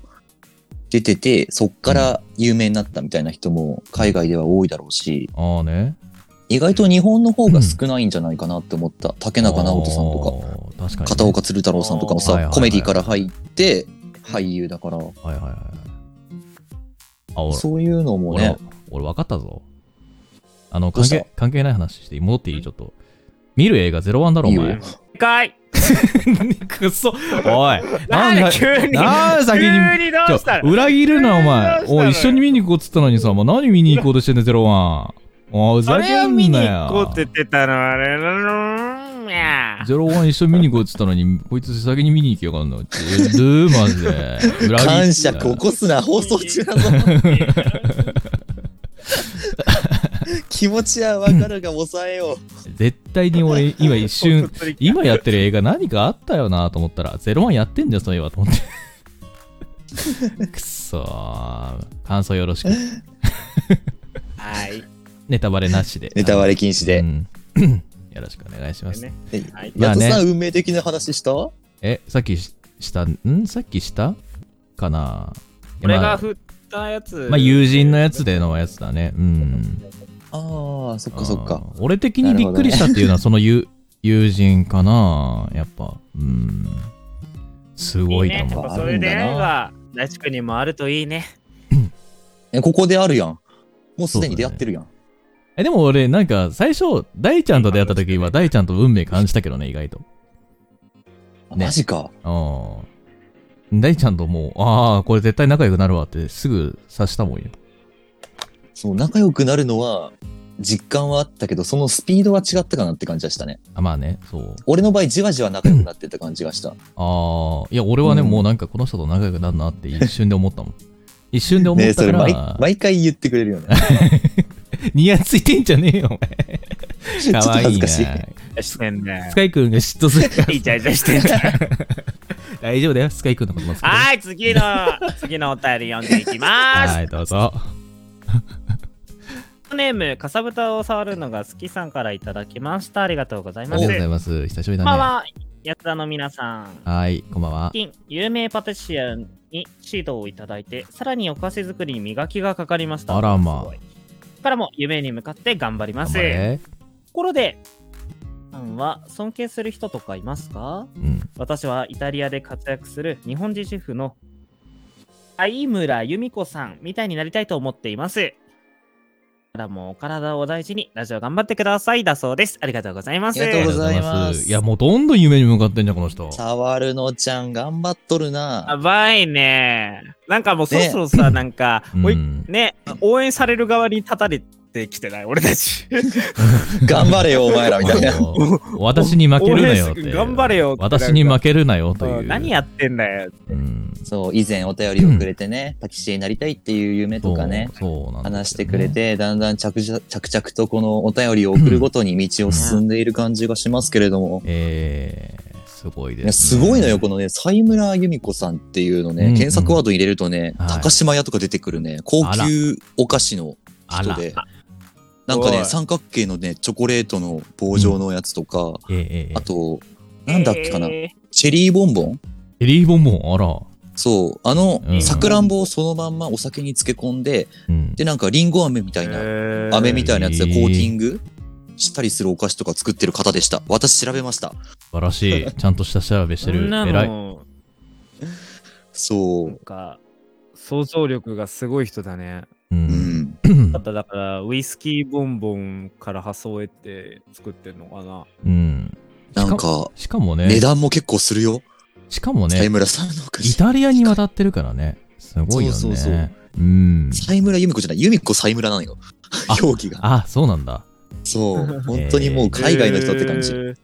出てて、そっから有名になったみたいな人も海外では多いだろうし、ああね。意外と日本の方が少ないんじゃないかなって思った。竹中直人さんととか。確かに、か、片岡鶴太郎さんとかもあーはいはいさは、いコメディから入って俳優だから、はいはいはい。あ、俺、そういうのも俺ね、俺分かったぞ。あの、どう関した係、関係ない話して、戻っていいちょっと。見る映画01だろ、おいい前よ。でかいくそ。おい。なんだで急になんで先に急にどちうょしたの裏切るな、おどう。前したのおい、よ一緒に見に行こうっつったのにさ、もう何見に行こうとしてんだ、ゼロワン。おい、ふそざれけをん見にな行こうよっ。て言ってたのあれうんいやゼロワン一緒に見に行こうっつったのに、こいつ先に見に行きやがんの。ちぇ、マジで。裏切っ感謝起こすな、放送中だぞ。気持ちはわかるが抑えよう。絶対に俺、今一瞬、本当に今やってる映画何かあったよなと思ったら、ゼロワンやってんじゃん、そういえばと思 って。くそー。感想よろしく。はいネタバレなしで。ネタバレ禁止でう。ん よろしくお願いします。ねえはいまやあっとねさ、運命的な話したえ、さっきしした、んさっきしたかな俺まがあ振ったやつまあ、友人のやつでのやつだね。うん。ああ、そっかそっか。うん。俺的にびっくりしたっていうのは、その友友人かなやっぱ。うん。すごいとね思う。やっぱあるんだなそういう出会いが大地区にもあるといい ねえ、ここであるやん。もうすでに出会ってるやん。え、でも俺、なんか、最初、大ちゃんと出会った時は、大ちゃんと運命感じたけどね、意外と。あねマジか。うん。大ちゃんともう、ああ、これ絶対仲良くなるわって、すぐ察したもんよ。そう、仲良くなるのは、実感はあったけど、そのスピードは違ったかなって感じがしたね。あまあね、そう。俺の場合、じわじわ仲良くなってった感じがした。ああ、いや、俺はね、うんもうなんかこの人と仲良くなるなって一瞬で思ったもん。一瞬で思ねっえ、そたれか毎ら、、毎回言ってくれるよね。ニヤついてんじゃねえ よ、おちょ前。かっとわい恥いずな。かしスい。してんねカイ君が嫉妬するから。イチャイチャしてん だよ大丈夫だよ、スカイ君のことも好きだよはい次の次のお便り読んでいきますはい、どうぞ。ネームかさぶたを触るのが好きさんからいただきましたありがとうございあまりすがとこうんございます。久しぶりだばんね。はやつらの皆さんはい、こんばんは。最近有名パティシエに指導をいただいてさらにお菓子作りに磨きがかかりましたあらますごいこれからも夢に向かって頑張りま頑す張れ。ところでさんは尊敬する人とかいますかうん。私はイタリアで活躍する日本人主婦の相村由美子さんみたいになりたいと思っています。からもお体をお大事にラジオ頑張ってくださいだそうです。ありがとうございます。ありがとうございありますがとうございますいや、もうどんどん夢に向かってんじゃん、この人。触るのちゃん、頑張っとるやな。ばいね。なんかもうそろそろさ、なんか、うんおいね、応援される側に立たれってきてない、俺たち。頑張れよ、お前らみたいな。私に負けるなよっていう。頑張れよってなんか私に負けるなよという。何やってんだよ。うんそう、以前お便りをくれてね、パティシエになりたいっていう夢とかね、そうそうなんですよね話してくれて、だんだん着々着々とこのお便りを送るごとに道を進んでいる感じがしますけれども。えー、すごいです、いやすごいのよ、このね、西村由美子さんっていうのね、うんうん検索ワード入れるとね、はい高島屋とか出てくるね、高あら級お菓子のあ人ら。でえ、なんかおね、い三角形のね、チョコレートの棒状のやつとか、えええあと、なんだっけかな、えチェリーボンボンエリーボンボン、あら。そう、あのう、んさくらんぼをそのまんまお酒に漬け込んで、うん。で、なんかリンゴ飴みたいな、ー飴みたいなやつでコーティングしたりするお菓子とか作ってる方でした。私調べました。素晴らしい。ちゃんとした調べしてそんる。な偉い。の、そなんか、想像力がすごい人だね。う。う。うんん。だっただから、ウイスキーボンボンから発想を得て作ってんのかな。うん。なんか、しかも値ね、段も結構するよ。しかもね西、村さんのお菓イ子。タリアに渡ってるからね。すごいよね。。そうそうそうん西村由美子じゃない。由美子西村なのよあ。表記が。あ、そうなんだ。そう。本当にもう海外の人って感じへ。ー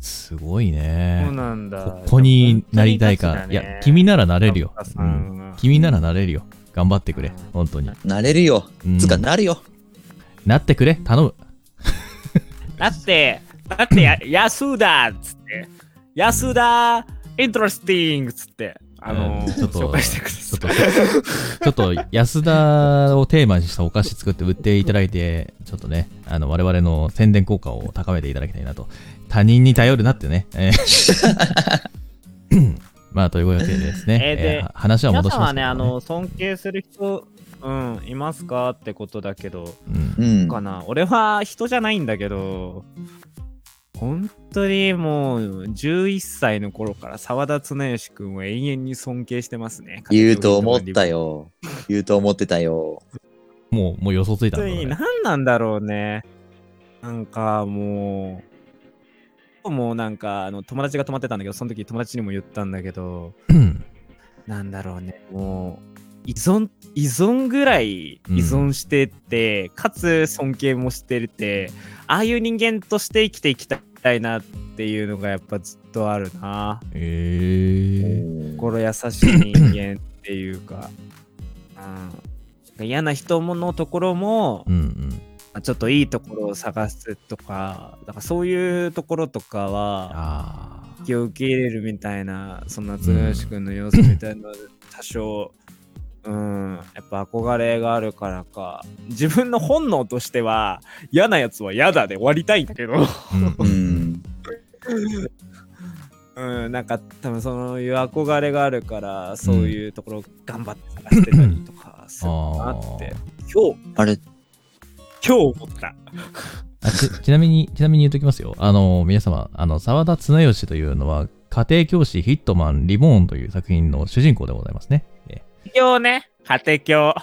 すごいそうね。なんだ。ここになりたいか。いや、君ならななれるよ。うん君ならなれるよ。頑張ってくれ。本当に。なれるよ。うんつうか、なるよ。なってくれ。頼む。だって、だってや、安だっつって、安だイントラスティングっつって、あのうんー、ちょっと紹介してくだちょっさと、ちょっと安田をテーマにしたお菓子作って売っていただいて、ちょっとね、あの、我々の宣伝効果を高めていただきたいなと。他人に頼るなってね。えー まあ、というご予定でですね。えーでは話い。は皆戻さしんますはけね、どあの、尊敬する人、うん、いますかってことだけど、うんうん。かな。俺は人じゃないんだけど、本当にもう11歳の頃から沢田恒義君を永遠に尊敬してますね。言うと思った。よ。言うと思ってたよ。もう、もう予想ついた本ん当だにね。何なんだろうね。なんかもう、もうなんかあの友達が泊まってたんだけど、その時友達にも言ったんだけど、うんなんだろうね、もう依存、依存ぐらい依うん存してって、かつ尊敬もしてるって、ああいう人間として生きていきたいなっていうのがやっぱずっとあるな。えー。心優しい人間っていうか、うん、嫌な人のところも、うんうん。まあちょっといいところを探すとか、だからそういうところとかは、ああ。気を受け入れるみたいな、その夏吉君の様子みたい なのは多少、うん、やっぱ憧れがあるからか、自分の本能としては、嫌なやつは嫌だで終わりたいんだけ ど、うんううんん。うん、なんか多分そういう憧れがあるから、そういうところを頑張って探してたりとかするなって、今日、あれ、今日思った。あち ちなみに、ちなみに言っときますよ。あの、皆様、あの、沢田綱吉というのは、家庭教師ヒットマンリボーンという作品の主人公でございますね。え今日ね、家庭教、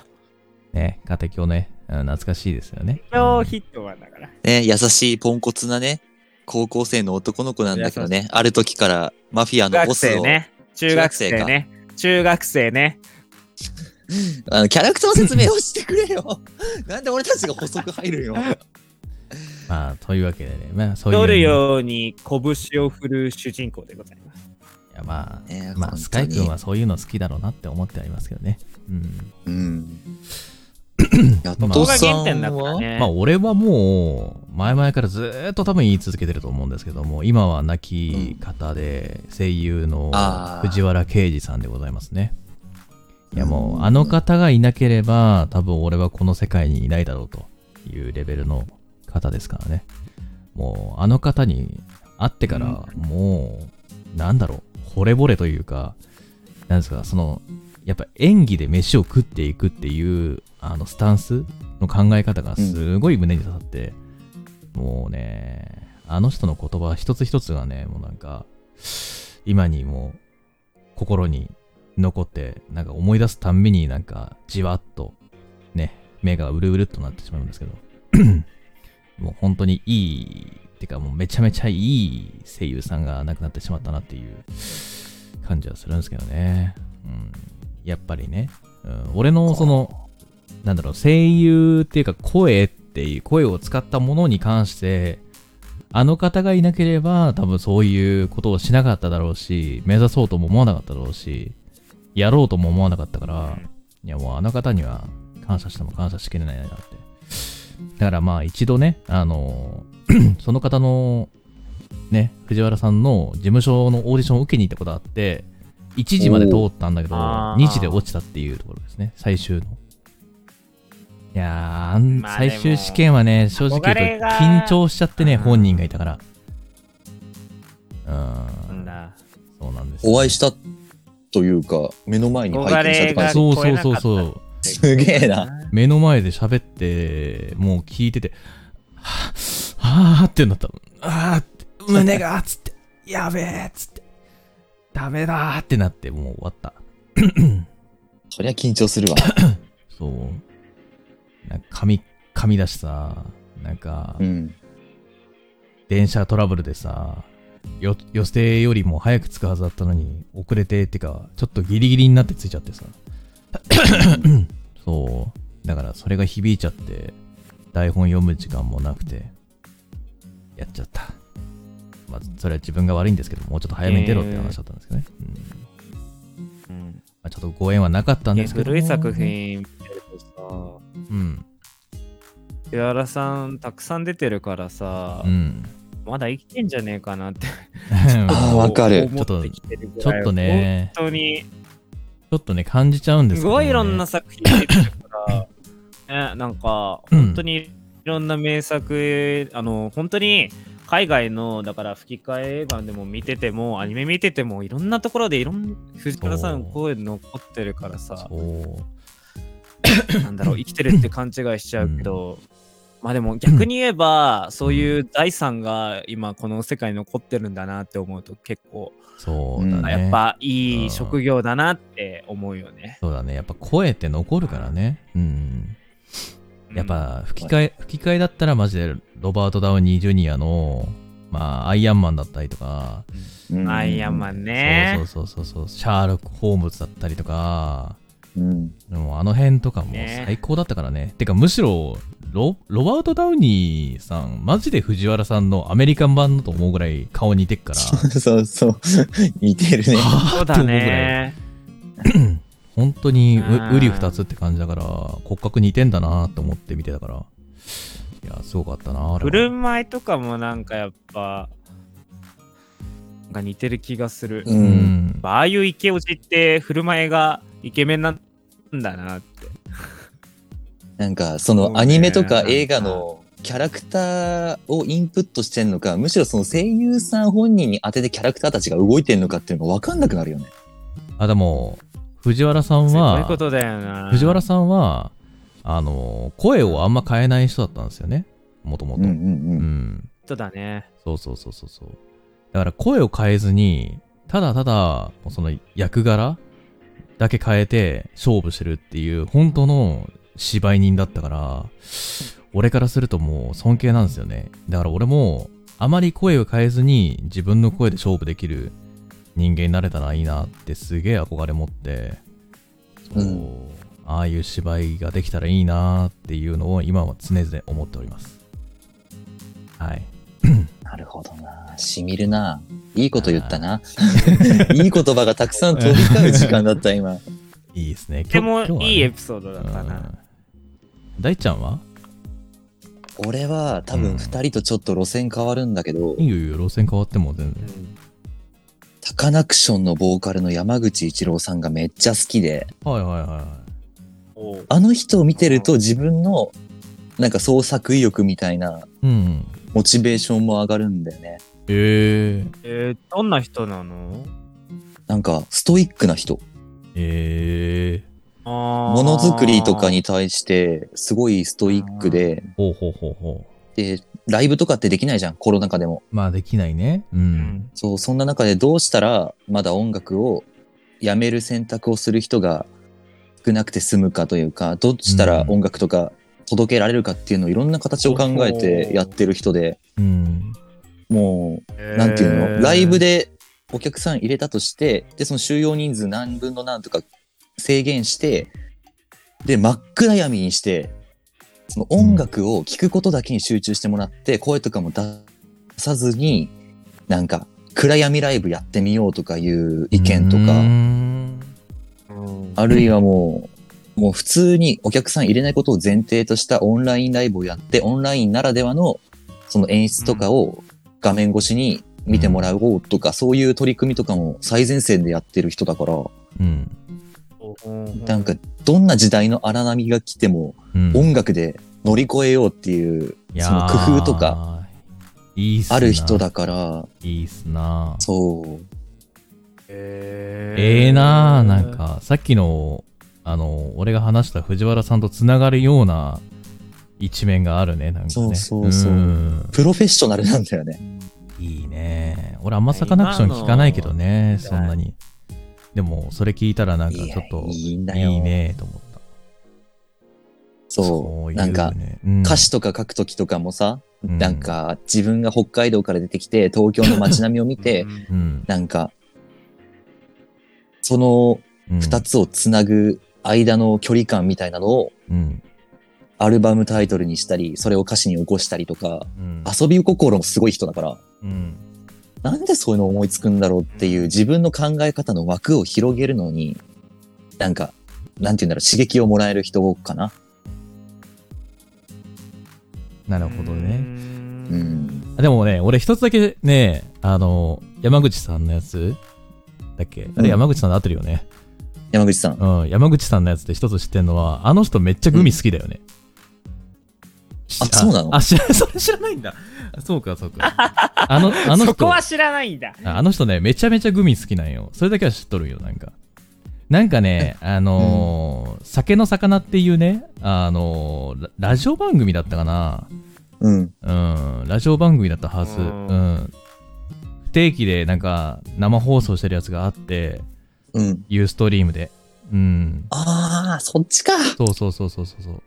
ね、家庭教ね、うん懐かしいですよね。今日ヒットマンだから。ね、優しいポンコツなね、高校生の男の子なんだけどね、ある時からマフィア中のボ学ス生を、ね。中学生ね。中学生ね。あのキャラクターの説明をしてくれよ なんで俺たちが補足入るよまあ、というわけでね、まあ、そういう、取るように拳を振る主人公でございます。いやまあ、ねまあ、スカイ君はそういうの好きだろうなって思ってありますけどね。うん。うん。 やっまこあとこがさん原点だからは、ね。まあ、俺はもう、前々からずーっと多分言い続けてると思うんですけども、今は亡き方で、声優のあー藤原啓治さんでございますね。いやもうう、んあの方がいなければ、多分俺はこの世界にいないだろうというレベルの方ですからね。もう、あの方に会ってから、もう、なんだろう、惚れ惚れというか、なんですか、その、やっぱ演技で飯を食っていくっていう、あの、スタンスの考え方がすごい胸に刺さって、もうね、あの人の言葉一つ一つがね、もうなんか、今にも心に残って、なんか思い出すたんびになんかじわっとね、目がうるうるっとなってしまうんですけど、 もう本当にいい、てかもうめちゃめちゃいい声優さんが亡くなってしまったなっていう感じはするんですけどね。うん、やっぱりね、うん、俺のその、なんだろう、声優っていうか声っていう声を使ったものに関して、あの方がいなければ、多分そういうことをしなかっただろうし、目指そうとも思わなかっただろうし、やろうとも思わなかったから、いやもうあの方には感謝しても感謝しきれないなって。だからまあ一度ね、あの、 その方の、ね、藤原さんの事務所のオーディションを受けに行ったことあって、1時まで通ったんだけど、おーあ2ー時で落ちたっていうところですね、最終の。いやーあん、まあでも最終試験はね、正直言うと憧れが緊張しちゃってね、うん本人がいたから。うーなんん、だ。そうなんですよ、お会いしたというか、目の前に拝見したって感たじ。そうそうそうそ聞こえなう。すげえな。目の前で喋ってもう聞いててはぁはぁってなったのあーって胸がっつってやべえっつってダメだーってなってもう終わったそりゃ緊張するわ。そうなんか髪髪だしさなんかうん。電車トラブルでさよ予定よりも早く着くはずだったのに遅れてってかちょっとギリギリになって着いちゃってさそうだからそれが響いちゃって台本読む時間もなくてやっちゃったまあそれは自分が悪いんですけどもうちょっと早めに出ろって話だったんですけどね、うんまうんあ、ちょっとご縁はなかったいんでやすけど古い作品見てるとさ、うん藤原さんたくさん出てるからさ、うんまだ生きてんじゃねえかなって あーわかる思ってきてるぐ ちょらいっと。ね本当に、ちょっとね感じちゃうんですすけどねごいいろんな作品出てる から、ね、なんか、うん本当にいろんな名作、あの、本当に、海外のだから吹き替え映画でも見ててもアニメ見ててもいろんなところでいろん藤原さんの声残ってるからさそうなんだろう生きてるって勘違いしちゃうけど、まあでも逆に言えば、そういう財産が今この世界に残ってるんだなって思うと結構、そうだね、うんやっぱいうんい職業だなって思うよね。そうだね。やっぱ声って残るからね。うん。やっぱ吹き替え、吹き替えだったらマジでロバート・ダウニー・ジュニアの、まあ、アイアンマンだったりとか、うん、アイアンマンね。そうそうそうそうそう、シャーロック・ホームズだったりとか、うん。 でもあの辺とかもね最高だったからね。てかむしろロ、ロバート・ダウニーさん、マジで藤原さんのアメリカン版だと思うぐらい顔似てっか ら、そうそう。似てるね。はそぁうって思だうぐらい。ね。本当にううんうり二つって感じだから骨格似てんだなと思って見てたからいやすごかったなあ振れはる舞いとかもなんかやっぱ、なんか似てる気がする。う。うんんああいうイケオジって振る舞いがイケメンなんだなって。なんか、そのアニメとか映画のキャラクターをインプットしてんのか、むしろその声優さん本人に当ててキャラクターたちが動いてんのかっていうのがわかんなくなるよね。あでも藤原さんすごいはことだよな。藤原さんはあの声をあんま変えない人だったんですよねもともうんとううんんそうだね。そうそうそうそうそうだから声を変えずにただただもうその役柄だけ変えて勝負してるっていう本当の芝居人だったから俺からするともう尊敬なんですよねだから俺もあまり声を変えずに自分の声で勝負できる人間になれたらいいなってすげえ憧れ持ってそう、うんああいう芝居ができたらいいなっていうのを今は常々思っておりますはいうん。なるほどな。しみるな。いいこと言ったな。 いい言葉がたくさん飛び交う時間だった、今。いいですね。ととてもいいエソピソードだったな。。うん大ちゃんは俺は多うん分二人とちょっと路線変わるんだけど、いいよいいよ、路線変わっても全然。タカナクションのボーカルの山口一郎さんがめっちゃ好きで、はいはいはいは。おうあの人を見てると自分のなんか創作意欲みたいないうん。モチベーションも上がるんだよね。えー、えー、どんな人なのなんかストイックな人。えもものづくりとか。に対してすごいストイックで、ー、ほうほうほうほで、ライブとかってできないじゃん、コロナ禍でも。う。まあできないね。う。うんん、そう、そんな中でどうしたらまだ音楽をやめる選択をする人が少なくて済むかというか、どうしたら音楽とか届けられるかっていうのをいろんな形を考えてやってる人で、うん。もう、なんていうの、えーライブでお客さん入れたとして、で、その収容人数何分の何とか制限して、で、真っ暗闇にして、その音楽を聴くことだけに集中してもらって、声とかも出さずに、なんか、暗闇ライブやってみようとかいう意見とうーか、んうんあるいはもう、もう普通にお客さん入れないことを前提としたオンラインライブをやって、オンラインならではのその演出とかを画面越しに見てもらおうとか、そういう取り組みとかも最前線でやってる人だから、うんなんかどんな時代の荒波が来てもうん音楽で乗り越えようっていう、いやそのー工夫とかいいっすなある人だから、いいっすなそう。えええななんかさっきのあの俺が話した藤原さんとつながるような一面があるねなんかねそうそうそうんプロフェッショナルなんだよね。いいね俺あんまサカナクション聞かないけどねそ今のんなにでもそれ聞いたらなんかいやちょっといいいんだよ。いねと思ったそう。いなんか、ね歌詞とか書くときとかもさ、うんなんか自分が北海道から出てきて、東京の街並みを見て、うんなんか、そのうん二つをつなぐ間の距離感みたいなのをうんアルバムタイトルにしたり、それを歌詞に起こしたりとか、うん遊び心もすごい人だから、うんなんでそういうの思いつくんだろうっていう自分の考え方の枠を広げるのに、なんか、なんて言うんだろう、刺激をもらえる人かな。なるほどねうん。あでもね、俺一つだけね、あの、山口さんのやつだっけあうんれ山口さんで合ってるよね。山口さん。うん、山口さんのやつで一つ知ってんのは、あの人めっちゃグミ好きだよね。あそうなのあ、知ら、 それ知らないんだ。そうか、そうか。あ の、あのそこ人、はあ知らないんだ。あの人ね、めちゃめちゃグミ好きなんよ。それだけは知っとるよ、なんか。なんかね、あのー酒の魚っていうね、あのーララジオ番組だったかな。うん。うん、ラジオ番組だったはず。ううんん。不定期でなんか生放送してるやつがあって、うん。ユーストリームで。うん。ああ、そっちか。そうそうそうそうそうそう。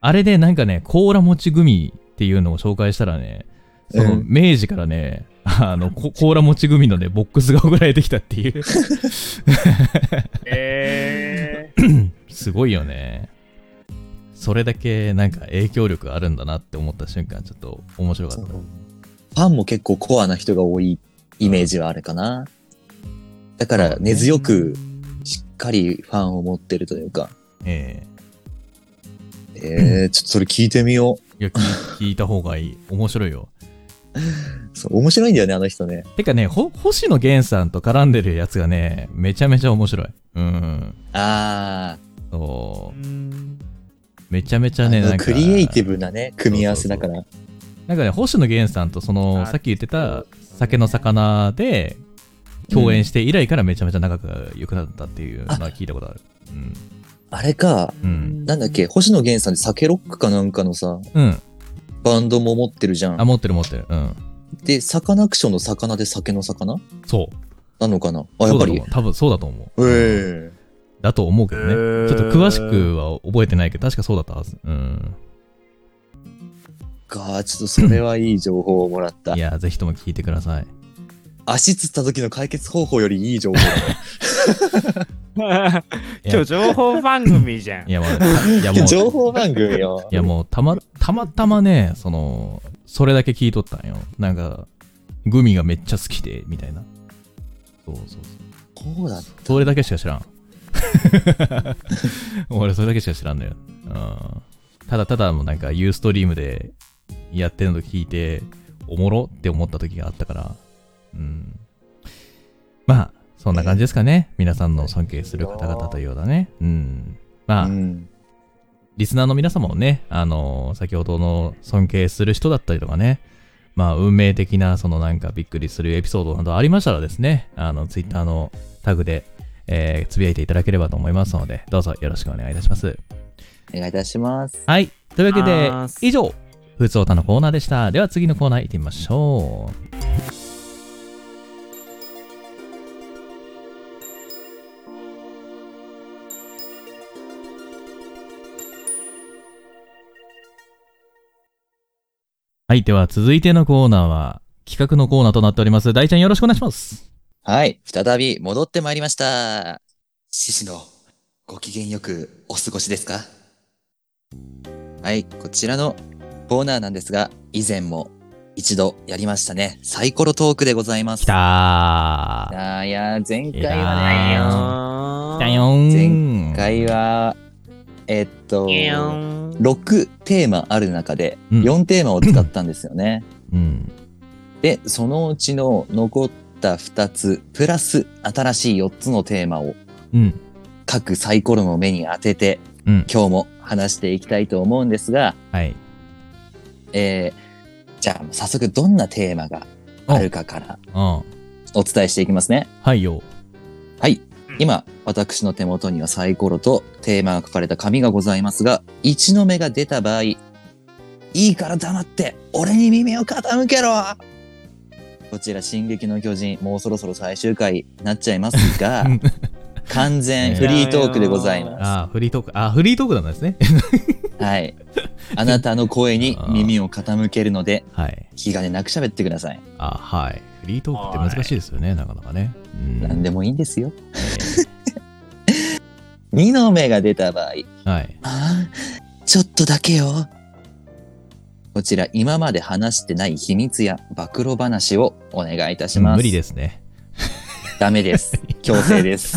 あれでなんかね、コーラもち組っていうのを紹介したらね、そのうん明治からね、 あのココーラもち組のね、ボックスが送られてきたっていう。えすごいよね。それだけなんか影響力あるんだなって思った瞬間、ちょっと面白かった。ファンも結構コアな人が多いイメージはあるかな。だから根強くしっかりファンを持ってるというか。えええー、ちょっとそれ聞いてみよいや聞い聞いた方がいい。面白いよ。う。そう面白いんだよね、あの人ね。てかね、ほ星野源さんと絡んでるやつがね、めちゃめちゃ面白い。うん。あそー。う。めちゃめちゃあ、ね、あなんのか。クリエイティブなね、組み合わせだから。なんかね、星野源さんとその、あさっき言ってた、酒の魚で、共演して以来からめちゃめちゃ仲が良くなったっていうのは聞いたことある。うん。あれか、うん。なんだっけ、星野源さんって酒ロックかなんかのさ、うん。バンドも持ってるじゃあ、ん。持ってる持ってる。うん。で、サカナクションの魚で酒の魚そう。なのかなあ、やそっうだとぱり思う。。多分そうだと思う。えだと思うけどね。へちょーっと詳しくは覚えてないけど、確かそうだったはず。うん。か、ちょっとそれはいい情報をもらったい。や、ぜひとも聞いてください。足つった時の解決方法よりいい情報だね今日情報番組じゃんい。や、まあ、いやもう。情報番組よい。やもうたまたまたまねそのそれだけ聞いとったんよなんかグミがめっちゃ好きでみたいなそうそうそそうだう。それだけしか知らん俺それだけしか知らんのよ、うん、ただただもうなんかユーストリームでやってるの聞いておもろって思った時があったからうんまあそんな感じですかね皆さんの尊敬する方々というようだねうんまあ、うん。リスナーの皆様もね、あの先ほどの尊敬する人だったりとかね、まあ、運命的な、そのなんかびっくりするエピソードなどありましたらですね、あの、ツイッターのタグで、えーつぶやいていただければと思いますので、どうぞよろしくお願いいたします。お願いいたします。はい。というわけであー、す以上、ふつおたのコーナーでした。では次のコーナー行ってみましょう。はい。では続いてのコーナーは、企画のコーナーとなっております。大ちゃんよろしくお願いします。はい。再び戻ってまいりました。獅子のご機嫌よくお過ごしですかはい、こちらのコーナーなんですが、以前も一度やりましたね。サイコロトークでございます。きたー。あーいやー、前い回いなはね、きたよーん。前回は、えっと、いいよ6ーテーマある中で、うん4テーマを使ったんですよね。うん。で、そのうちの残った2つ、プラス新しい4つのテーマをうん。各サイコロの目に当てて、うん。今日も話していきたいと思うんですが、はい。えーじゃあ早速どんなテーマがあるかからうん。お伝えしていきますね。はいよ。はいうん。今、私の手元にはサイコロとテーマが書かれた紙がございますが、1の目が出た場合、いいから黙って、俺に耳を傾けろこちら、進撃の巨人、もうそろそろ最終回になっちゃいますがうん、完全フリートークでございまあーフリートーク。あーフリートークなんで すね。す。はい。あなたの声に耳を傾けるので、はい。気兼ねなく喋ってください。あはい。フリートークって難しいですよね、なかなかね。うん。何でもいいんですよ。2の目が出た場合、はい。ああ、ちょっとだけよ。こちら、今まで話してない秘密や暴露話をお願いいたします。。無理ですすね。ダ メです。強制です。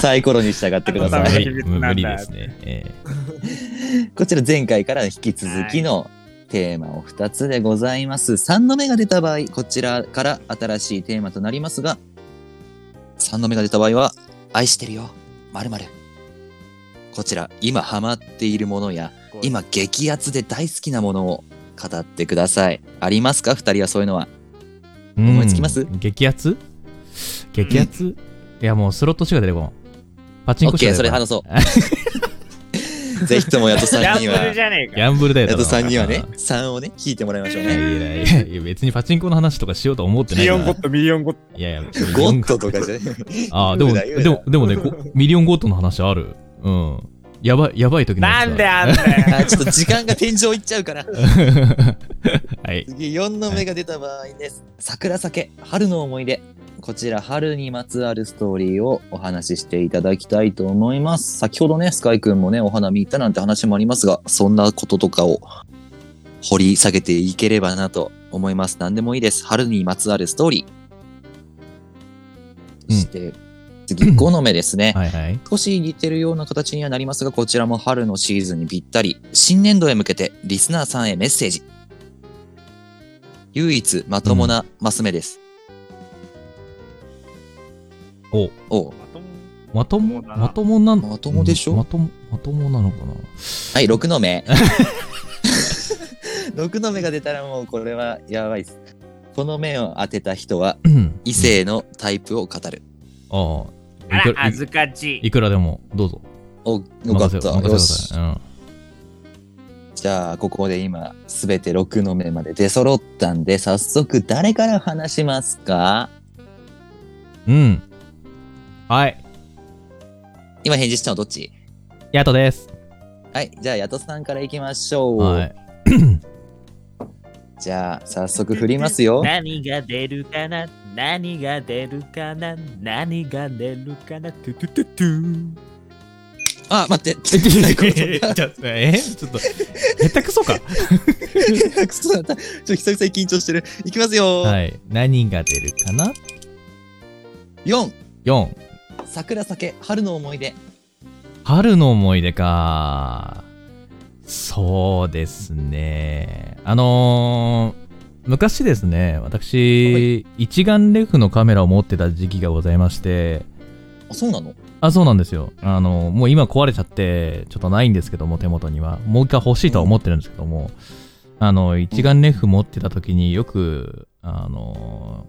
サイコロに従ってくださダメ無でい。す理無理ですね。えこちら、前回から引き続きのテーマを2つでございます。3の目が出た場合、こちらから新しいテーマとなりますが、3の目が出た場合は、愛してるよ。まるまる。こちら、今ハマっているものや、今激アツで大好きなものを語ってくださいありますか二人はそういうのはえうん思いつきます激アツ激アツいや、もうスロットしか出てこん。パチンコしか OK 出そてれこん話。そ うぜひともやとギさんにャンブルはじやゃねえギか。ャンブルだよ。とさんにはあねー3をね引いてもらいましょういや ねいやいやいや、別にパチンコの話とかしようとは思ってないから。ト、ミリオンゴット。いやいや、ミリオゴンッドとかじゃねああ、でも、言うな言うなでも、でもね、こミリオンゴットの話ある。うん。やばい、やばい時のやなつんであんだよ。あちょっと時間が天井いっちゃうから はい。次4の目が出た場合です桜酒春の思い出こちら春にまつわるストーリーをお話ししていただきたいと思います先ほどねスカイくんもねお花見行ったなんて話もありますがそんなこととかを掘り下げていければなと思います何でもいいです春にまつわるストーリーうんそして次5の目ですね、はいはい。少し似てるような形にはなりますが、こちらも春のシーズンにぴったり、新年度へ向けてリスナーさんへメッセージ。唯一まともなマス目です。お、おうまとも、まともだなまともなんまともでしょうんまとも、まともなのかなはい、6の目。6の目が出たらもうこれはやばいです。この目を当てた人はうん異。性のタイプを語る。ああ。あいくら、ら、あいずかちい。くらでも、どうぞ。お、よかっ任せ任せた。てくよだしさい。。うん。じゃあ、ここで今、すべて6の目まで出揃ったんで、早速誰から話しますかうん。はい。今返事したのどっちヤトです。はい、じゃあ、ヤトさんから行きましょう。 はい。じゃあ、早速振りますよ。何が出るかな何が出るかな何が出るかなトゥトゥトゥトゥあ、待って。ちょっとえちょっと、下手く そか。クソだった。ちょっと久々に緊張してる。いきますよ。はい。何が出るかな4、 ?4。桜酒、春の思い出。春の思い出か。そうですね。あのー昔ですね、私、一眼レフのカメラを持ってた時期がございまして、あ、そうなのあ、そうなんですよ。あの、もう今壊れちゃって、ちょっとないんですけども、手元には。もう一回欲しいとは思ってるんですけども、あの、一眼レフ持ってた時によく、あの、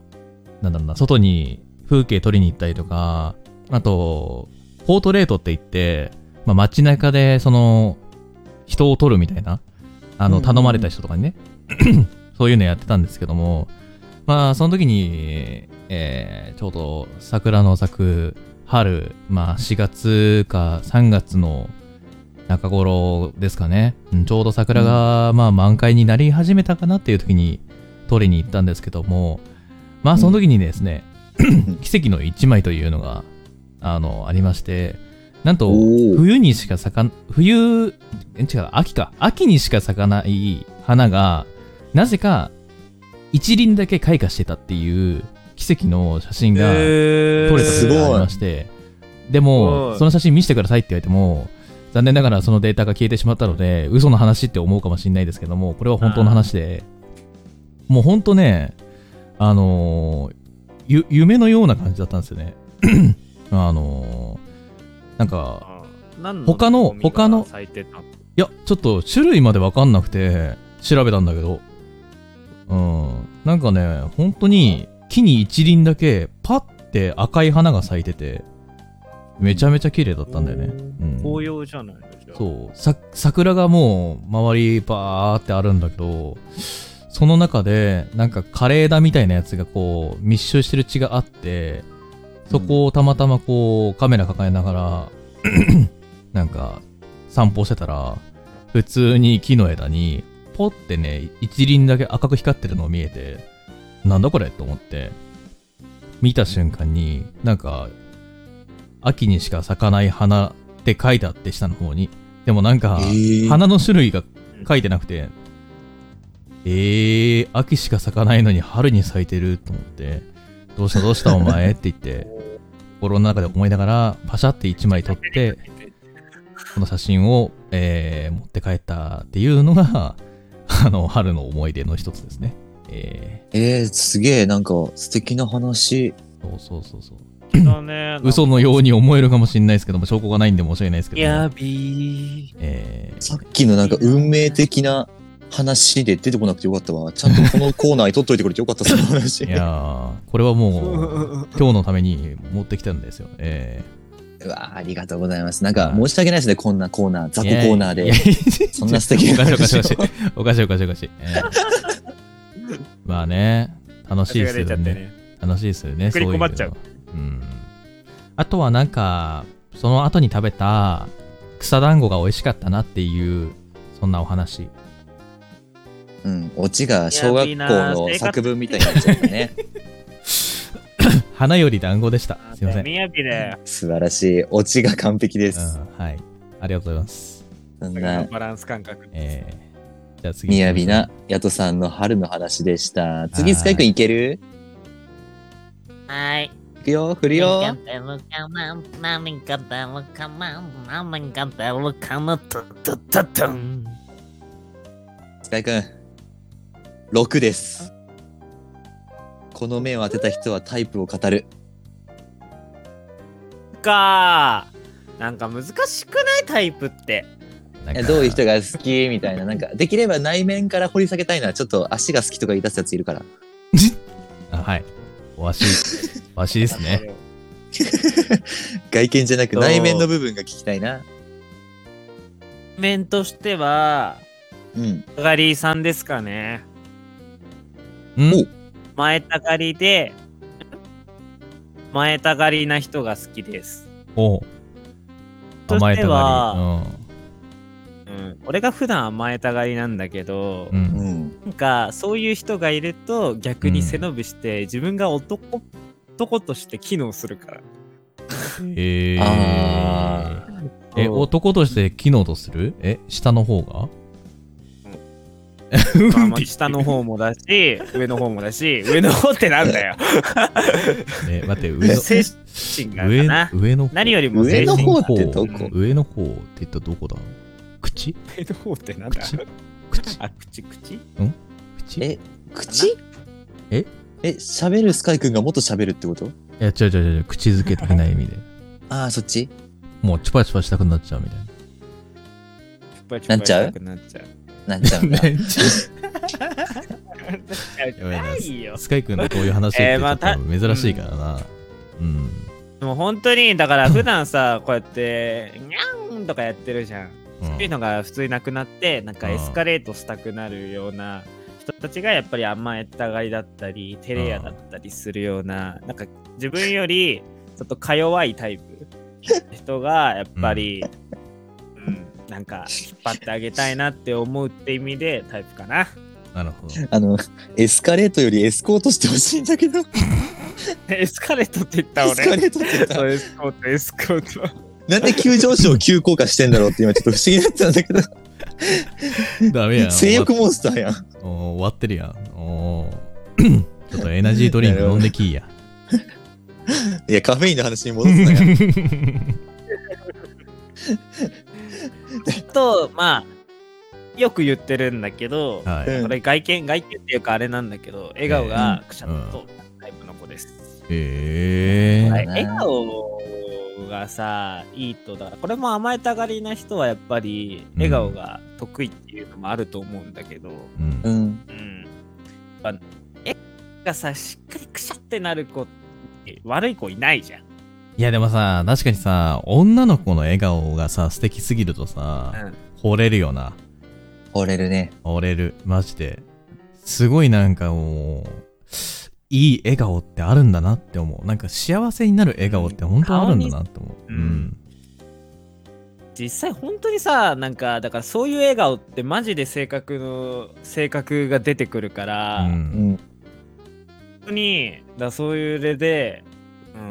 なんだろうな、外に風景撮りに行ったりとか、あと、ポートレートって言って、まあ、街中で、その、人を撮るみたいな、あの、うんうんうん頼まれた人とかにね、 そういうのやってたんですけども、まあ、その時に、えーちょうど桜の咲く春、まあ、4月か3月の中頃ですかね、うんちょうど桜が、まあ、満開になり始めたかなっていう時に撮りに行ったんですけども、まあ、 その時にですね、奇跡の一枚というのが、あの、ありまして、なんとおー冬にしか咲かん冬え違う秋か秋にしか咲かない花がなぜか一輪だけ開花してたっていう奇跡の写真が撮えれた時すごいがありまして、でもおいその写真見せてくださいって言われても残念ながらそのデータが消えてしまったので嘘の話って思うかもしれないですけどもこれは本当の話でもう本当ねあのーゆ夢のような感じだったんですよね あのーなんか何他の他の咲いてたのいや、ちょっと種類まで分かんなくて、調べたんだけど。うん。なんかね、本当に木に一輪だけ、パッて赤い花が咲いてて、めちゃめちゃ綺麗だったんだよね。うん、紅葉じゃないのう。そうさ桜がもう周りバーってあるんだけどその中でなんか枯れ枝みたいなやつがこう密集してる血があってそこをたまたまこうカメラ抱えながら なんか散歩してたら普通に木の枝にポッてね一輪だけ赤く光ってるのを見えてなんだこれと思って見た瞬間になんか秋にしか咲かない花って書いてあって下の方にでもなんか、えー花の種類が書いてなくてえー、秋しか咲かないのに春に咲いてると思ってどうしたどうしたお前って言って心の中で思いながらパシャって1枚撮ってこの写真を、えー持って帰ったっていうのがあの春の思い出の一つですねええー、すげえ、なんか素敵な話。ー、そうそうそうそうだね。 嘘のように思えるかもしれないですけども証拠がないんで申し訳ないですけどもやびー。えーさっきのなんか運命的な話で出てこなくてよかったわ。ちゃんとこのコーナーに取っといてくれてよかった、その話。いやーこれは もう今日のために持ってきたんですよ。えうわあありがとうございます。なんか申し訳ないですね、こんなコーナー、雑魚コーナーー、いでや。そんな素敵おなかしいおかしい話をおかしい。おかしいおかしいおかしい。えーまあね、楽しいです出ちゃよってね。ね。楽しいですよね。逆にそういう困のっちゃううん。あとはなんか、その後に食べた草団子が美味しかったなっていう、そんなお話。うん、オチが小学校の作文みたいになっちゃったね。花より団子でした。すいません。みやびで。 素晴らしい。オチが完璧です。うんはい。ありがとうございます。そんな、バランス感覚。えーじゃあ次。みやびな。ヤトさんの春の話でした。次、スカイくんいけるはい。いくよ、振るよよ。何かだろかな何かだろかなトゥトゥトゥトゥンスカイくん。6です。この目を当てた人はタイプを語る。かー。なんか難しくないタイプって。なんえかどういう人が好きみたいな、なんか、できれば内面から掘り下げたいな。ちょっと足が好きとか言い出すやついるから。あはい。わし、 わしです ね。外見じゃなくそう内面の部分が聞きたいな。面としては、うん。たがりさんですかね。うんお前たがりで、前たがりな人が好きです。おうとしては甘えたがうん、俺が普段甘えたがりなんだけど、り。うん。うんうん。なんかそういう人がいると逆に背伸びして、自分が男男として機能するから。えーあえ、そう男として機能とするえ、下の方がまあまあ下の方もだし、 上の方もだし、上の方ってなんだよ。え、待って、上 の精神が上かのな。上の方何よりも上精の神が方ってどこ上の方って言ったらどこだ口上の方ってなんだ口口あ、口口口え、口ええ、喋るスカイくんがもっと喋るってこといや、違う違う違う、口づけ的な意味で。ああ、そっちもうチュパチュパしたくなっちゃうみたいな。なっちゃうなっちゃう。 なっちゃうんだ。 やばいなないよ。スカイ君のこういう話ってえちーょまっあたと珍しいからな。うん。でも本当にだから普段さこうやってにゃんとかやってるじゃん。うんそういうのが普通になくなってなんかうんエスカレートしたくなるような人たちがやっぱり甘えたがりだったり照れ屋だったりするようななんか自分よりちょっとか弱いタイプ人がやっぱり、うん、なんか引っ張ってあげたいなって思うって意味でタイプかな。 なるほ ど。 あの、エスカレートよりエスコートしてほしいんだけど、エエスカレートって言ったスカ俺。レートって言ったそうエスコートエスコート。なんで急上昇急降下してんだろうって今ちょっと不思議だったんだ けど、ダメやん。性欲モンスターやん。お終わってるやん。おー ちょっとエナジードリンク飲んできい や。いや、カフェインの話に戻すなよ。と、まあ、よく言ってるんだけど、 はうい。んこれ外見、外見っていうかあれなんだけど、笑顔がくしゃっうとタイプの子です。えー。はい、なる笑ほ顔がさ、いいとだから、これも甘えたがりな人はやっぱり、笑顔が得意っていうのもあると思うんだけど、うんうん。うん。やっぱ、絵がさ、しっかりくしゃってなる子って悪い子いないじゃん。いやでもさ、確かにさ、女の子の笑顔がさ、素敵すぎるとさ、うん惚れるよな。惚れるね。惚れる。マジで。すごいなんかもう、いい笑顔ってあるんだなって思う。なんか幸せになる笑顔って本当あるんだなって思う。ううんん。実際本当にさなんかだからそういう笑顔ってマジで性格の性格が出てくるから、う。うんん。本当にだからそういう例で、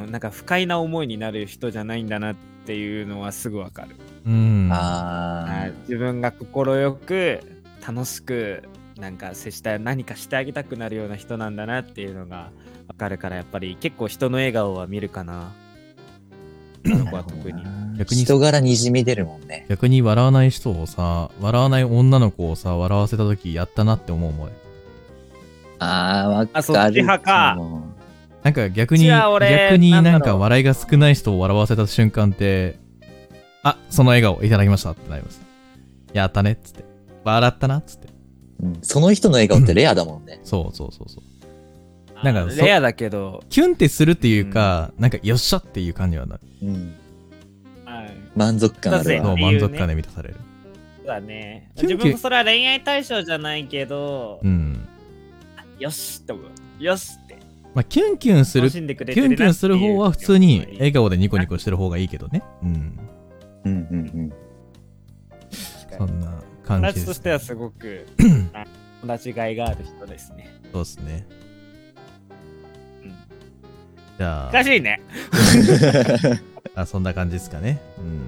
うん、なんか不快な思いになる人じゃないんだなっていうのはすぐわかる、うん。はあい自分が快く楽しくなんか接したい何かしてあげたくなるような人なんだなっていうのがわかるからやっぱり結構人の笑顔は見るかなあの子は特にー。逆逆にに人柄にじみ出るもんね。逆に笑わない人をさ、笑わない女の子をさ、笑わせた時やったなって思うもん。あー、わかる。あそっち派かもなんか逆に、じゃあ俺逆になんだなろうんか笑いが少ない人を笑わせた瞬間って、あ、その笑顔いただきましたってなります。やったねっつって。笑ったなっつって。ううんその人の笑顔ってレアだもんね。そうそうそうそう。なんかあーそレアだけど、キュンってするっていうか、なんかよっしゃっていう感じはなる。うん。はい、満足感あだるぜそうわ。理由満ね足感で満たされる。そうだね。キュンキュ自ン分もそれは恋愛対象じゃないけどう、ん。よしって思う。よしって。まあ、キュンキュンする、楽キしんでくれてュンキュンする方は普通に笑え顔でニコニコしてる方がいいけどね。うん。うんうんうん。そんな感友じ達でとすしね、てはすごくあ友達がいがある人ですね。そうですね。うんじゃあ難しいね。あ、そんな感じですかね。うん。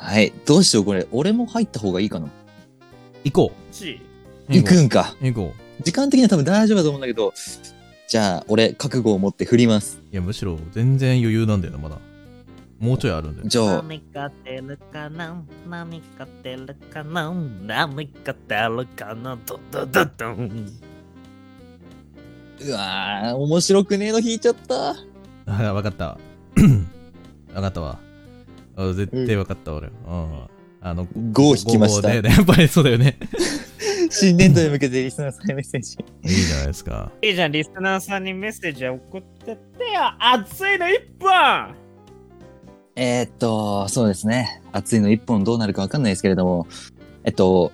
はい。どうしよう、これ。俺も入った方がいいかな。行こしう。行くんか。行こう。時間的には多分大丈夫だと思うんだけど、じゃあ、俺、覚悟を持って振ります。いや、むしろ全然余裕なんだよな、まだ。もうちょいあるんだよ。じゃあ、何か出るかな何か出るかな何か出るかなドドドドンうわー、面白くねえの引いちゃった。あ、 わかった。 わかったわ。あ絶対わかった、俺。うん。あの、 5を引きました5。ね、やっ ぱりそうだよね。新年度に向けてリスナーさんへメッセージ。いいじゃないですか。いいじゃん、リスナーさんにメッセージ送ってってよ。熱いの一本えーっと、そうですね。暑いの一本どうなるかわかんないですけれども、えっと、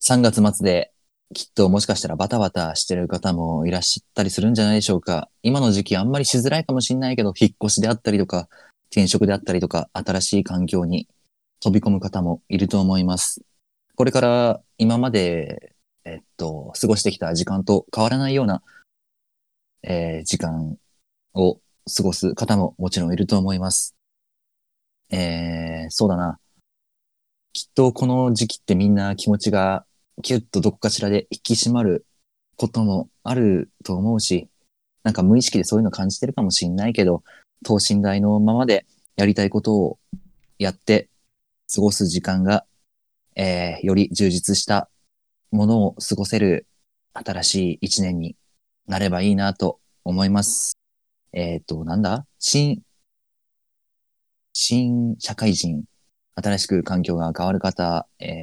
3月末できっともしかしたらバタバタしてる方もいらっしゃったりするんじゃないでしょうか。今の時期あんまりしづらいかもしれないけど、引っ越しであったりとか、転職であったりとか、新しい環境に飛び込む方もいると思います。これから今まで、えっと、過ごしてきた時間と変わらないような、えー時間を過ごす方ももちろんいると思います。えー、そうだな。きっとこの時期ってみんな気持ちがキュッとどこかしらで引き締まることもあると思うし、なんか無意識でそういうの感じてるかもしんないけど、等身大のままでやりたいことをやって過ごす時間が、えー、より充実したものを過ごせる新しい一年になればいいなと思います。えっ、と、なんだ新、新社会人、新しく環境が変わる方、えー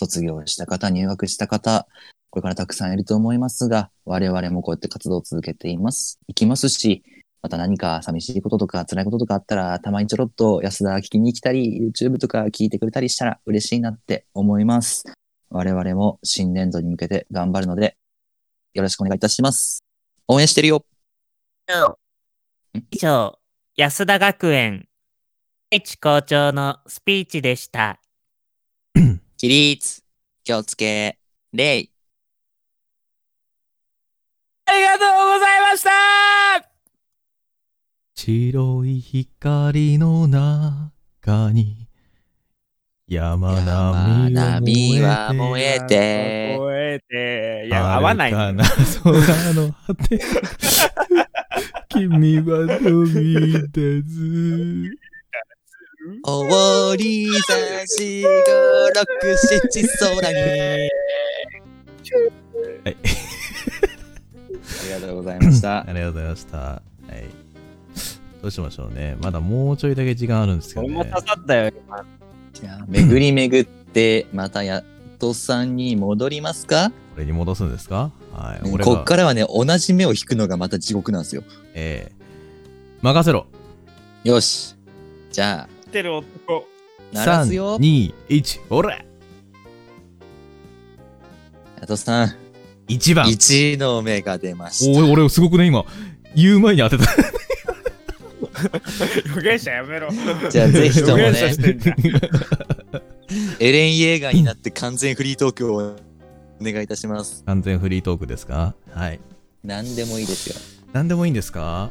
卒業した方、入学した方、これからたくさんいると思いますが、我々もこうやって活動を続けています、いきますし、また何か寂しいこととか辛いこととかあったら、たまにちょろっと安田聞きに来たり、YouTube とか聞いてくれたりしたら嬉しいなって思います。我々も新年度に向けて頑張るので、よろしくお願いいたします。応援してるよ以上、安田学園。愛知校長のスピーチでした。起立、気をつけ、礼。ありがとうございましたチ白い光の中に山並みは燃えて山並みは燃えて覚えて、いや、合わない。 遥かな空の果て君は飛び出ずおりさしごろくしち空に。はい。ありがとうござい ましたあ。りがとうございました。はい。どうしましょうね。まだもうちょいだけ時間あるんですけど俺ね。も刺さったよ、今。じゃあ、巡り巡って、またやっとさんに戻りますかこれに戻すんですかはい。俺こがっからはね、同じ目を引くのがまた地獄なんですよ。ええ任せろ。よし。じゃあ、ってる男。 鳴らすよ3、。2、1、ほらヤトさん、 !1 番。 1の目が出ました。おい、俺すごくね、今。言う前に当てた。予言者やめろ。じゃあ、ぜひとも予ね言、者してんだエレン・イェーガーになって完全フリートークをお願いいたします。 完全フリートークですかはい。何でもいいですよ。何でもいいんですか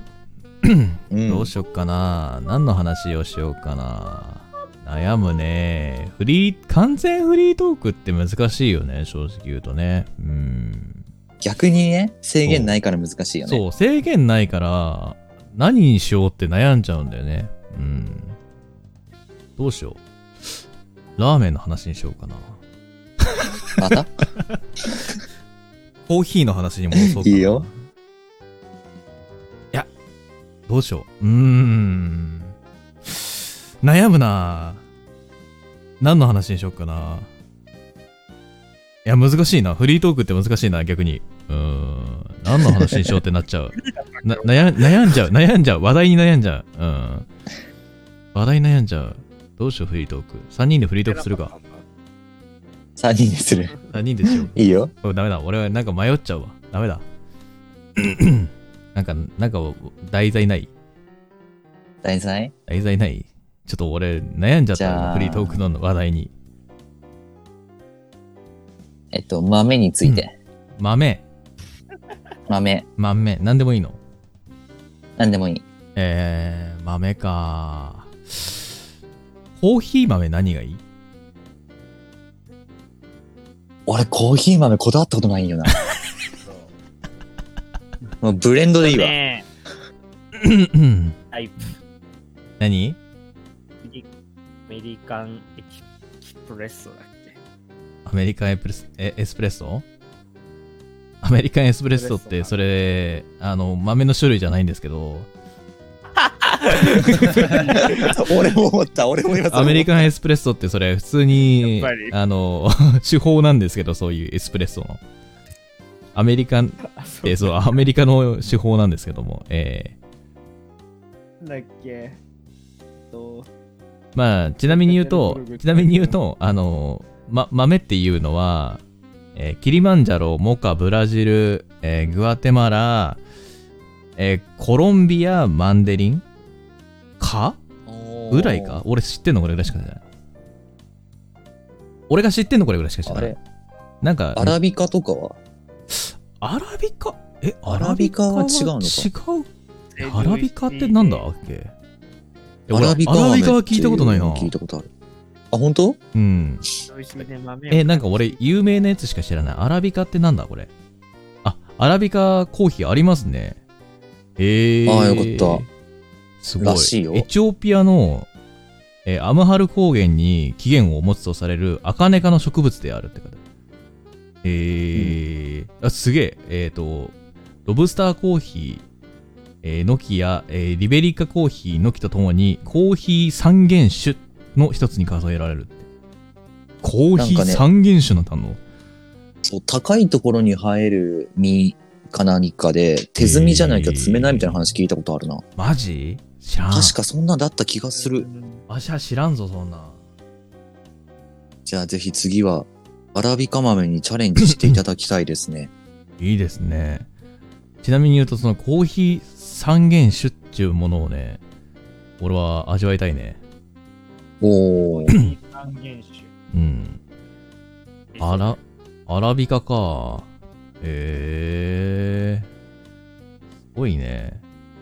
うんどうしよっかな何の話をしようかな悩むね。フリー、完全フリートークって難しいよね、正直言うとね。うん。逆にね、制限ないから難しいよね。そう、制限ないから、何にしようって悩んじゃうんだよね。うん。どうしよう。ラーメンの話にしようかな。またコーヒーの話に戻そうかな。いいよ。いや、どうしよう。うーん。悩むな何の話にしようかな。いや、難しいな。フリートークって難しいな、逆に。うーん。何の話にしようってなっちゃう。な悩悩んじゃう、悩んじゃう。話題に悩んじゃう。うん。話題に悩んじゃう。どうしよう、フリートーク。3人でフリートークするか。。 3人でする。 3人でしよう。いいよ。おダメだ。俺はなんか迷っちゃうわ。ダメだ。なんか、なんか、題材ない大罪題材ないちょっと俺悩んじゃっじたゃあフリートークの話題に。えっと、豆について。豆、豆。豆、なんでもいいの何でもいい。えー、豆か。コーヒー豆何がいい俺、コーヒー豆こだわったことないん よな。もうブレンドでいいわ。ねうんえタイプ。何アメリカンエキプレッソだっけアメリカンエプレスえエスプレッソアメリカンエスプレッソっエてスプそれ、あの、豆の種類じゃないんですけど、俺も思った。俺も今アメリカンエスプレッソってそれ普通にやっぱり、あの、 手法なんですけど、そういうエスプレッソの。アメリカン、あ、そえーそう、アメリカの手法なんですけども、えー、うだっけ。とまあ、ちなみに言うと やってるブロ、グちなみに言うと、あの、ま、豆っていうのは、えーキリマンジャロ、モカ、ブラジル、えーグアテマラ、えーコロンビア、マンデリンかぐらいか。俺知ってんのこれぐらいしかじゃない。俺が知ってんのこれぐらいしか知らあないれ。なんか、アラビカとかはアラビカえ、アラビカは違うのか違うアラビカってなんだっけえア俺ラビカはアラビカは聞いたことないな。聞いたことある。あ、本当？うん。美味しいね豆え、なんか俺、有名なやつしか知らない。アラビカってなんだこれ。あ、アラビカコーヒーありますね。へえー。。あーよかったすごい。らしいよエチオピアの、えーアムハル高原に起源を持つとされるアカネ科の植物であるって方。えーあすげえ。えっ、と、ロブスターコーヒー、えー、ノキや、えーリベリカコーヒー、ノキとともに、コーヒー三原種の一つに数えられるって。コーヒーなんかね三原種なんだの、そう、高いところに生える実か何かで、手摘みじゃないと摘めないみたいな話聞いたことあるな。マジ知らん。確かそんなんだった気がすうる。んわしは知らんぞ、そんな。じゃあぜひ次は、アラビカ豆にチャレンジしていただきたいですね。いいですね。ちなみに言うと、そのコーヒー三原種っていうものをね、俺は味わいたいね。おー。三原種うん。あら、アラビカか。へえー。すごいね。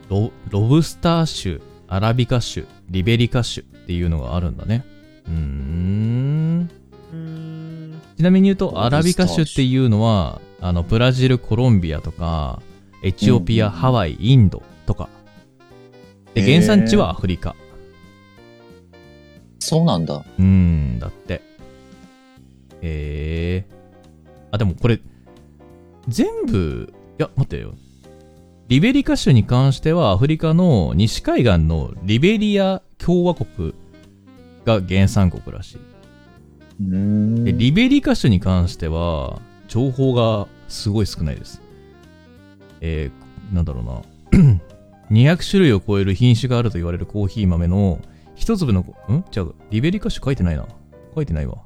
ロロブスター種、アラビカ種、リベリカ種っていうのがあるんだね。うーん。うーん。ちなみに言うロブと、スターアラビカ種っていうのは、あの、ブラジル、コロンビアとか、エチオピア、うんハワイ、インドとか。で、へー原産地はアフリカ。そうなんだ。うーん、だって。ええあ、でもこれ、全部、いや、待ってよ。リベリカ州に関しては、アフリカの西海岸のリベリア共和国が原産国らしうーい。んで、リベリカ州に関しては、情報がすごい少ないです。えー、なんだろうな。200種類を超える品種があると言われるコーヒー豆の一粒の、んじゃあ、リベリカ種書いてないな。書いてないわ。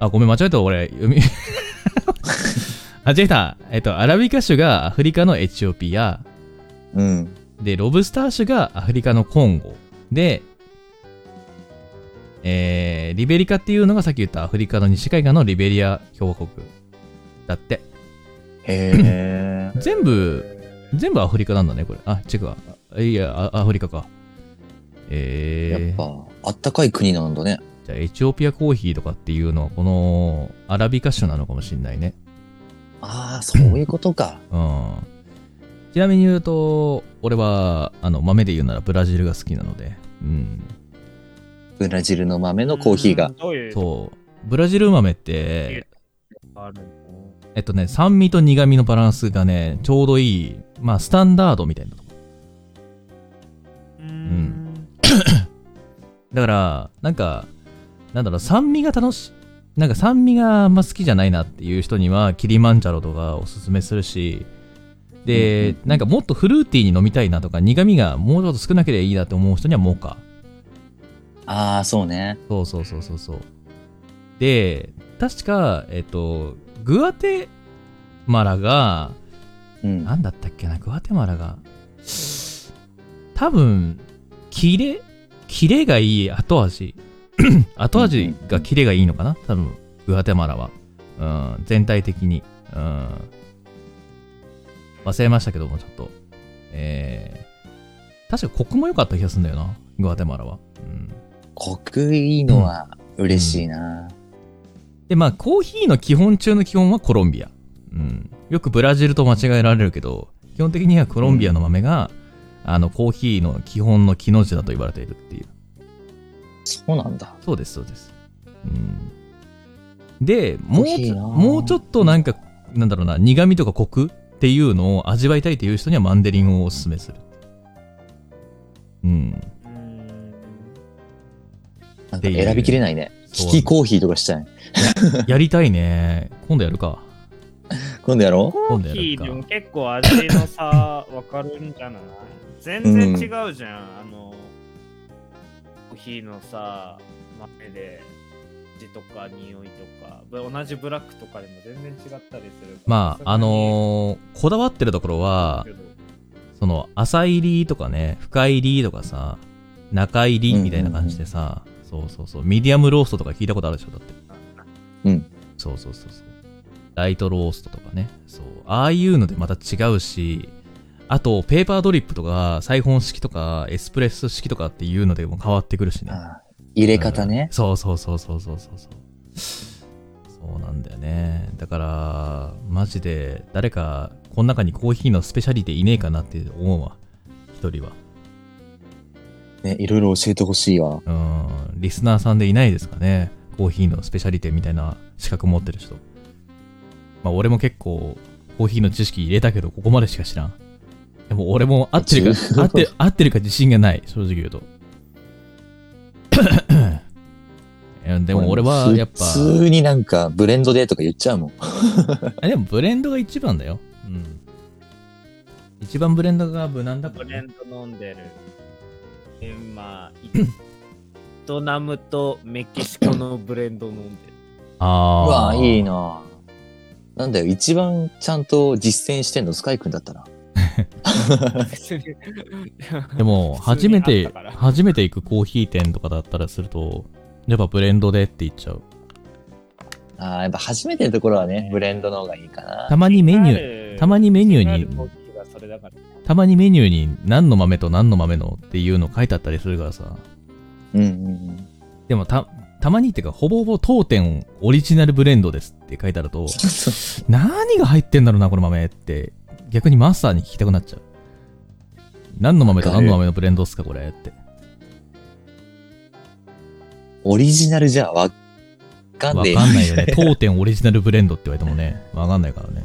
あ、ごめん、間違えた、俺。読み 間違えた。えっと、アラビカ種がアフリカのエチオピア。うん。で、ロブスター種がアフリカのコンゴ。で、えー、リベリカっていうのがさっき言ったアフリカの西海岸のリベリア共和国。だって。。へえ 全部、全部アフリカなんだね、これ。あ、違うわ。あいや、あアフリカか。やえー、っぱ、あったかい国なんだね。じゃあエチオピアコーヒーとかっていうのは、このアラビカ種なのかもしんないね。ああ、そういうことか。うん。ちなみに言うと、俺は、あの、豆で言うならブラジルが好きなので、うん。ブラジルの豆のコーヒーが。どういうとこそう。ブラジル豆って、があるのえっとね、酸味と苦味のバランスがね、ちょうどいい、まあ、スタンダードみたいなとこ。うーん。だから、なんか、なんだろう、酸味が楽しい、なんか酸味があんま好きじゃないなっていう人には、キリマンジャロとかおすすめするし、で、なんかもっとフルーティーに飲みたいなとか、苦味がもうちょっと少なければいいなって思う人にはモカ。ああ、そうね。そうそうそうそうそう。で、確か、えっと、グアテマラが、うん。なんだったっけな、グアテマラが。多分、キレ、キレがいい後味。 後味がキレがいいのかな多分、グアテマラは。うん、全体的に。うん。忘れましたけども、ちょっと。えー、確かコクも良かった気がするんだよな、グアテマラは。うん。コクいいのは嬉しいな。で、まあ、コーヒーの基本中の基本はコロンビア。うん。よくブラジルと間違えられるけど、基本的にはコロンビアの豆が、あの、コーヒーの基本の木の字だと言われているっていう。そうなんだ。そうです、そうです。うん。で、もうコーヒちーなょ、あもうちょっとなんか、なんだろうな、苦味とかコクっていうのを味わいたいという人にはマンデリンをおすすめする。うん。うーんなんか選びきれないね。キキコーヒーとかしたい。やりたいね。今度やるか。今度やろコーヒーでも結構味の差分かるんじゃない全然違うじゃん、あのコーヒーのさ豆で味とか匂いとかぶ同じブラックとかでも全然違ったりするからまあ、あのーこだわってるところはさす、がにその浅入りとかね深入りとかさ中入りみたいな感じでさ、そうそうそうミディアムローストとか聞いたことあるでしょだってうんそうそうそうそうライトローストとかねそうああいうのでまた違うしあとペーパードリップとかサイフォン式とかエスプレッソ式とかっていうのでも変わってくるしうねあー入れ方ねうん。そうそうそうそうそうそうそうそうなんだよねだからマジで誰かこの中にコーヒーのスペシャリティいねえかなって思うわ一人はね、いろいろ教えてほしいわ。うんリスナーさんでいないですかねコーヒーのスペシャリティみたいな資格持ってる人まあ俺も結構コーヒーの知識入れたけどここまでしか知らんでも俺も合ってる か合ってる合ってるか自信がない正直言うといやでも俺はやっぱ普通になんかブレンドでとか言っちゃうもん。あでもブレンドが一番だよ。うん。一番ブレンドが無難だかブらレね、ンド飲んでるでまあベトナムとメキシコのブレンド飲んでるあうあ。わあ、いいななんだよ、一番ちゃんと実践してんのスカイくんだったな。別にでも、普通初にあめったてか、ら初めて行くコーヒー店とかだったらすると、やっぱブレンドでって言っちゃう。ああ、やっぱ初めてのところはね、ブレンドの方がいいかなた。まにメニュー、たまにメニューにコーヒーがそそれだから。たまにメニューに何の豆と何の豆のっていうの書いてあったりするからさ。うんうんうん。でもた、たまにっていうか、ほぼほぼ当店オリジナルブレンドですって書いてあると、何が入ってんだろうな、この豆って。逆にマスターに聞きたくなっちゃう。何の豆と何の豆のブレンドっすか、これって。オリジナルじゃわかんわねえかんないよね。 当店オリジナルブレンドって言われてもね、わかんないからね。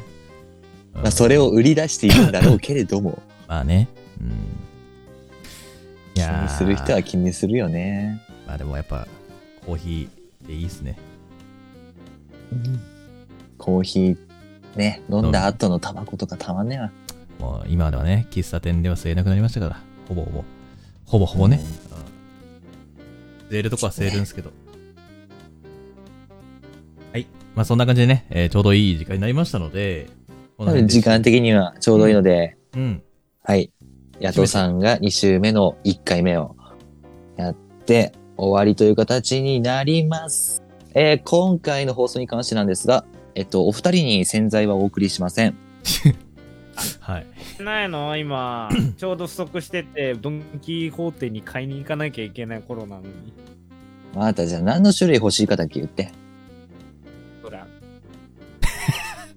うんまあ、それを売り出しているんだろうけれども、まあね。うん。 い気やーにする人は気にするよね。まあでもやっぱ、コーヒーでいいっすね。コーヒー、ね、飲んだ後のタバコとかたまんねえわ。もう今ではね、喫茶店では吸えなくなりましたから、ほぼほぼ。ほぼほぼね。うん吸えるとこは吸えるんですけど。はい。まあそんな感じでね、えーちょうどいい時間になりましたので、この多辺分で時間的にはちょうどいいので、うん。はい。ヤトさんが2週目の1回目をやって終わりという形になります。えー今回の放送に関してなんですが、えっと、お二人に洗剤はお送りしません。はい。ないの 今、ちょうど不足してて、ドン・キホーテに買いに行かなきゃいけない頃なのに。またじゃあ何の種類欲しいかだけ言って。ほら、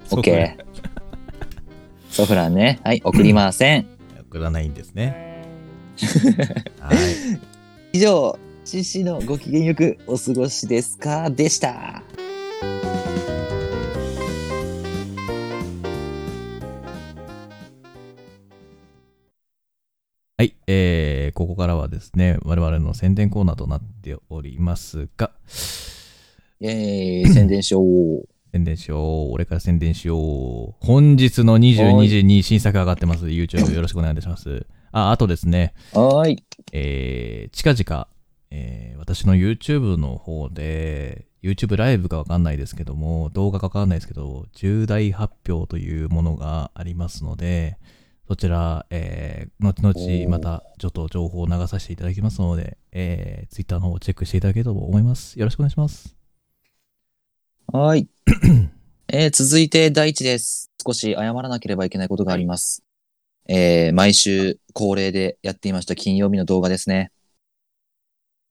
そうか OK。ソフランね。はい、送りません。送らないんですね。えはい。以上、獅子のご機嫌よくお過ごしですかでした。はい、えー、ここからはですね、我々の宣伝コーナーとなっておりますが、イェーイ、宣伝し よう。宣伝しよう。俺から宣伝しよう。本日の22時に新作上がってます。YouTube よろしくお願いいたします。あ、あとですね、はーい。えー、近々、えー私の YouTube の方で、YouTube ライブかわかんないですけども、動画かわかんないですけど、重大発表というものがありますので、そちら、えー後々またちょっと情報を流させていただきますので、えー、Twitter の方をチェックしていただければと思います。よろしくお願いします。はーい。 えー続いて第一です。少し謝らなければいけないことがあります。えー毎週恒例でやっていました金曜日の動画ですね。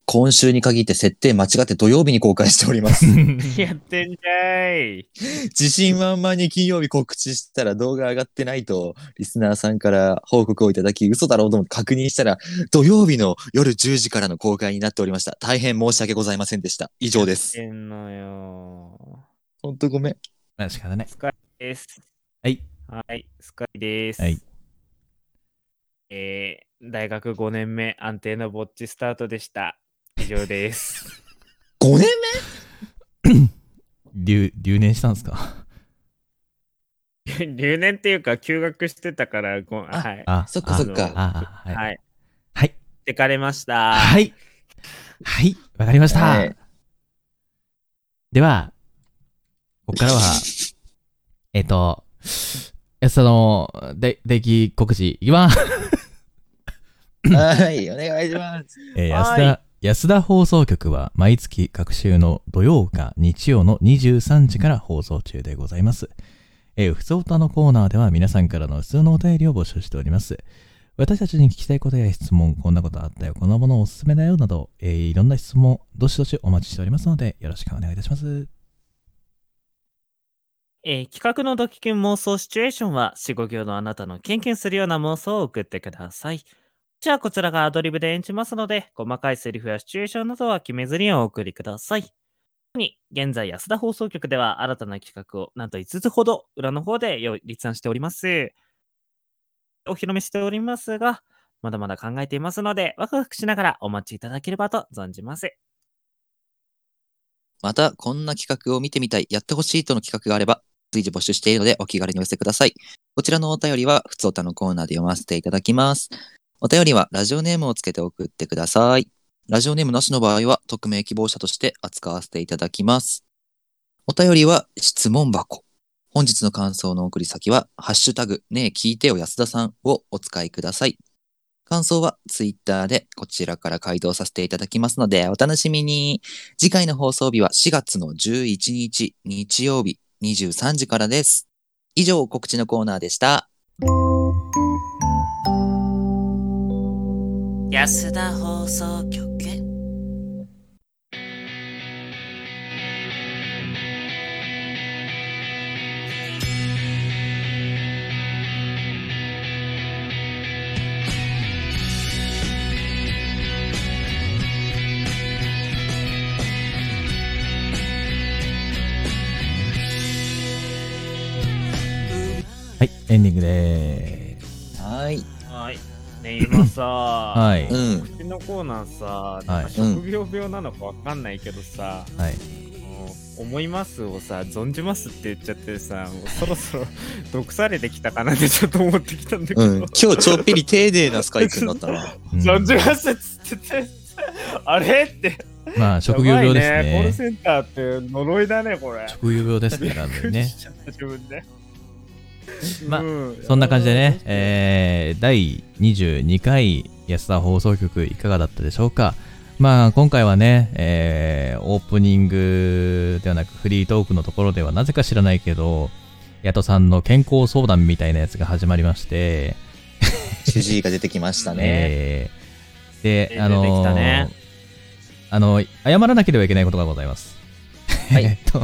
今週に限って設定間違って土曜日に公開しております。 ー やってんじゃい。自信満々に金曜日告知したら動画上がってないと、リスナーさんから報告をいただき、嘘だろうと思って確認したら、土曜日の夜10時からの公開になっておりました。大変申し訳ございませんでした。以上でしす。てんのよ。ほんとごめん。あ仕方ない。スカイです。はい。はい、スカイです。はい。えー、大学5年目、安定のぼっちスタートでした。以上です。 5年目留留年したんですか 留年っていうか、休学してたから、ごあはい。あ、そっかそっあのか。あ、はい。はい。はい。てかれました。はい。はい。わかりました。はいでは、ここからは、えっと、えその、で、出来告知、いきます。はい、お願いします。えー安はい田、安田放送局は毎月各週の土曜か日曜の23時から放送中でございます。えー、ふつおたのコーナーでは皆さんからの普通のお便りを募集しております。私たちに聞きたいことや質問、こんなことあったよ、こんなものおすすめだよなど、えーいろんな質問、どしどしお待ちしておりますので、よろしくお願いいたします。えー企画のドキキュン妄想シチュエーションは、4、5行のあなたのキュンキュンするような妄想を送ってください。じゃあ、こちらがアドリブで演じますので、細かいセリフやシチュエーションなどは決めずにお送りください。特に、現在、安田放送局では新たな企画を、なんと5つほど裏の方で用意立案しております。お披露目しておりますが、まだまだ考えていますので、ワクワクしながらお待ちいただければと存じます。また、こんな企画を見てみたい、やってほしいとの企画があれば、随時募集しているので、お気軽にお寄せください。こちらのお便りは、ふつおたのコーナーで読ませていただきます。お便りは、ラジオネームをつけて送ってください。ラジオネームなしの場合は、匿名希望者として扱わせていただきます。お便りは、質問箱。本日の感想の送り先は、ハッシュタグ、ねえ聞いてよ安田さんをお使いください。感想は、ツイッターで、こちらから回答させていただきますので、お楽しみに。次回の放送日は4月の11日日曜日23時からです。以上告知のコーナーでした。安田放送局はい、エンディングでーす。はい。はい。ね、今さ、 はうい。ん。うちのコーナーさ、いなんか職業病なのかわかんないけどさ、はい。もう思いますをさ、存じますって言っちゃってさ、もうそろそろ 毒されてきたかなってちょっと思ってきたんだけど、うん。今日ちょっぴり丁寧なスカイ君だったな。 うん存じますっつってて、あれって、まあ、職業病ですやばいコールね。センターって呪いだね、これ。職業病ですね、完全にねびっくり。しちゃった自分で。まあうんそんな感じでね、えー第22回安田放送局いかがだったでしょうかまあ今回はね、えーオープニングではなくフリートークのところではなぜか知らないけど、ヤトさんの健康相談みたいなやつが始まりまして、主治医が出てきましたね。えー出てで、あきのたーねあの、謝らなければいけないことがございます。は いえっと、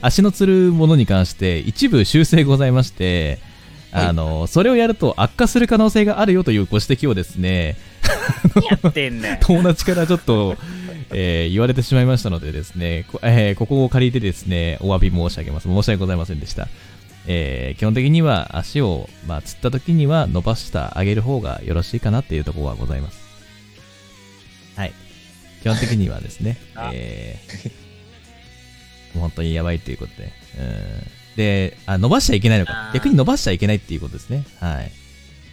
足のつるものに関して一部修正ございまして、はいあの、それをやると悪化する可能性があるよというご指摘をですね、やってん ね。友達からちょっと、えー言われてしまいましたのでですね、こ,、えーここを借りてですね、お詫び申し上げます。申し訳ございませんでした。えー基本的には足を、まあ、つった時には伸ばしてあげる方がよろしいかなっていうところはございます。はい。基本的にはですね あ、えーもう本当にやばいということで。うんであ、伸ばしちゃいけないのあ。かー逆に伸ばしちゃいけないっていうことですね。はい。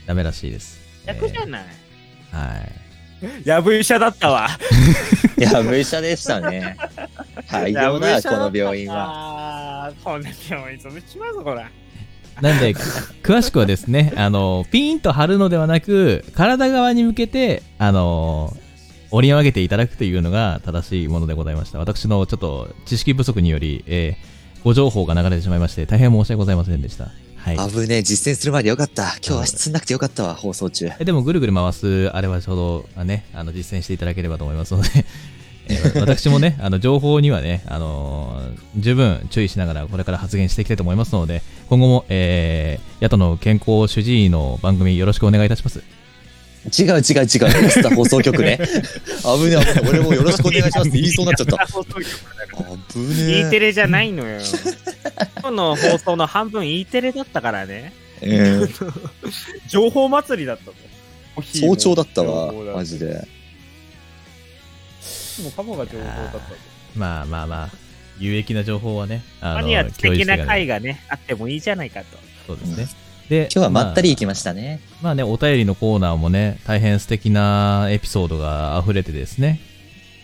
ダメらしいです。逆じゃない。えーはい。やぶ医者だったわ。いや、無医者でしたね。大丈夫だ、この病院は。は。この病院、それしまうぞ、これ。なんで、詳しくはですね、あの、ピーンと張るのではなく、体側に向けて、あの、折り上げていただくというのが正しいものでございました。私のちょっと知識不足により、えーご情報が流れてしまいまして、大変申し訳ございませんでした。はい。危ねえ、実践する前でよかった。今日は質なくてよかったわ、放送中。えでも、ぐるぐる回す、あれはちょうど、あね、あの、実践していただければと思いますので、 えー私もね、あの、情報にはね、あのー十分注意しながら、これから発言していきたいと思いますので、今後も、えー、野党の健康主治医の番組よろしくお願いいたします。違う違う違う、スタ放送局ね。 危ねえ、危ねえ、俺もよろしくお願いしますって言いそうになっちゃった。危ね E え。テレじゃないのよ。今日の放送の半分 E テレだったからね。うん情報祭りだったの。お昼 早の朝だったわ情報、だマジ。で。もうカモが情報だったの。まあまあまあ、有益な情報はね、あマニア共的有していなかない会がね、あってもいいじゃないかと。そうですね。で、今日はまったり行きまししたね。た。まあね、お便りのコーナーもね、大変素敵なエピソードが溢れてですね、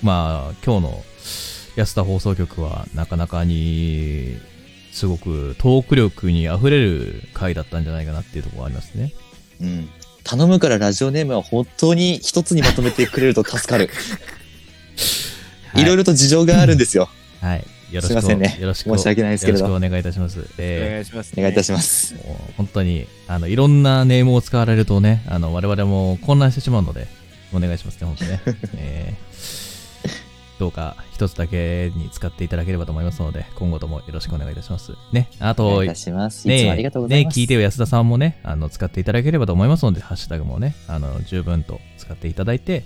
まあ、今日の安田放送局はなかなかに、すごくトーク力に溢れる回だったんじゃないかなっていうところはありますね。うん。頼むからラジオネームは本当に一つにまとめてくれると助か る。いろいろと事情があるんです よ。はい。よろしすいくませんねよろしく申し訳ないですけれどよろしくお願いいたします。えーいしますお願いいたしします。もう本当にあのいろんなネームを使われるとねあの我々も混乱してしまうのでお願いしますね本当 ね、えーどうか一つだけに使っていただければと思いますので今後ともよろしくお願いいたしますねあおと願いいたします。いつもあねりがとうございねます。聞いてよ安田さんもねあの使っていただければと思いますのでハッシュタグもねあの十分と使っていただいて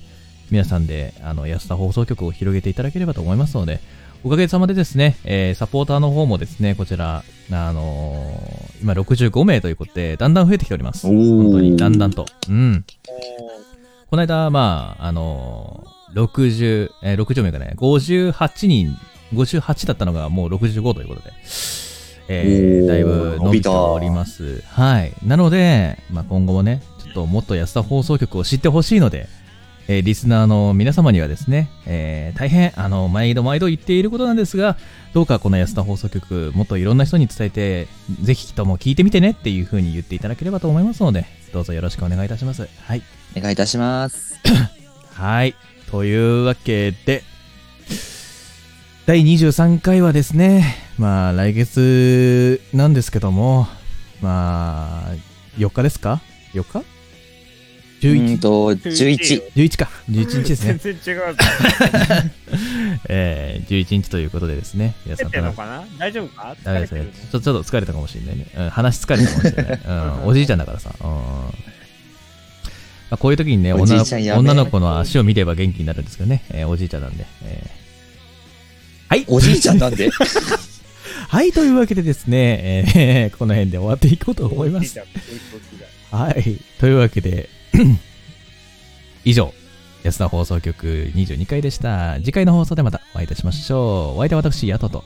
皆さんであの安田放送局を広げていただければと思いますのでおかげさまでですね、えーサポーターの方もですねこちらあのー今65名ということでだんだん増えてきておりますおー本当にだんだんとうんこの間まああのー60、えー、60名かね、58人、58だったのがもう65ということで、えー、おーだいぶ伸びております。はい。なので、まあ、今後もね、ちょっともっと安田放送局を知ってほしいので、えーリスナーの皆様にはですね、えー大変、あの、毎度毎度言っていることなんですが、どうかこの安田放送局、もっといろんな人に伝えて、ぜひとも聞いてみてねっていうふうに言っていただければと思いますので、どうぞよろしくお願いいたします。はい。お願いいたします。はい。というわけで、第23回はですね、まあ来月なんですけども、まあ、4日ですか ?4 日うん11、と、11。 11か。11日です全 ね。然違うぞ。えー、11日ということでですね。皆さ出ん、てんのかな大丈夫かダメですね。ちょちょっと疲れたかもしれないね。うん、話疲れたかもしれない。うん、おじいちゃんだからさ。うんまあ、こういう時にねおじ女のい子ちゃん、やべえ女の子の足を見れば元気になるんですけどね。えーおじいちゃんなんで。えーはい。おじいちゃん なんで はい、というわけでですね、えーこの辺で終わっていこうと思いまおす。じいちゃん。おじいちゃんはい。というわけで、 以上、安田放送局22回でした。次回の放送でまたお会いいたしましょう。お相手は私、ヤトと。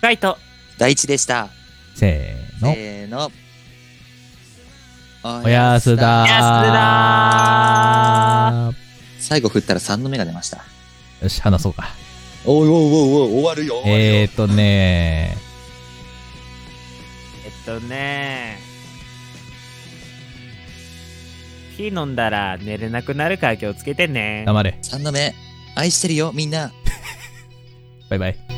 ライト。第一でした。せーの。せーの。おやすだおやすだ最後振ったら3の目が出ました。よし、話そうか。おいおいおいおい、終わるよ。終わるよえーっとねえっとね火飲んだら寝れなくなるから気をつけてね。黙れ。 3の目、愛してるよ、みんな。バイバイ。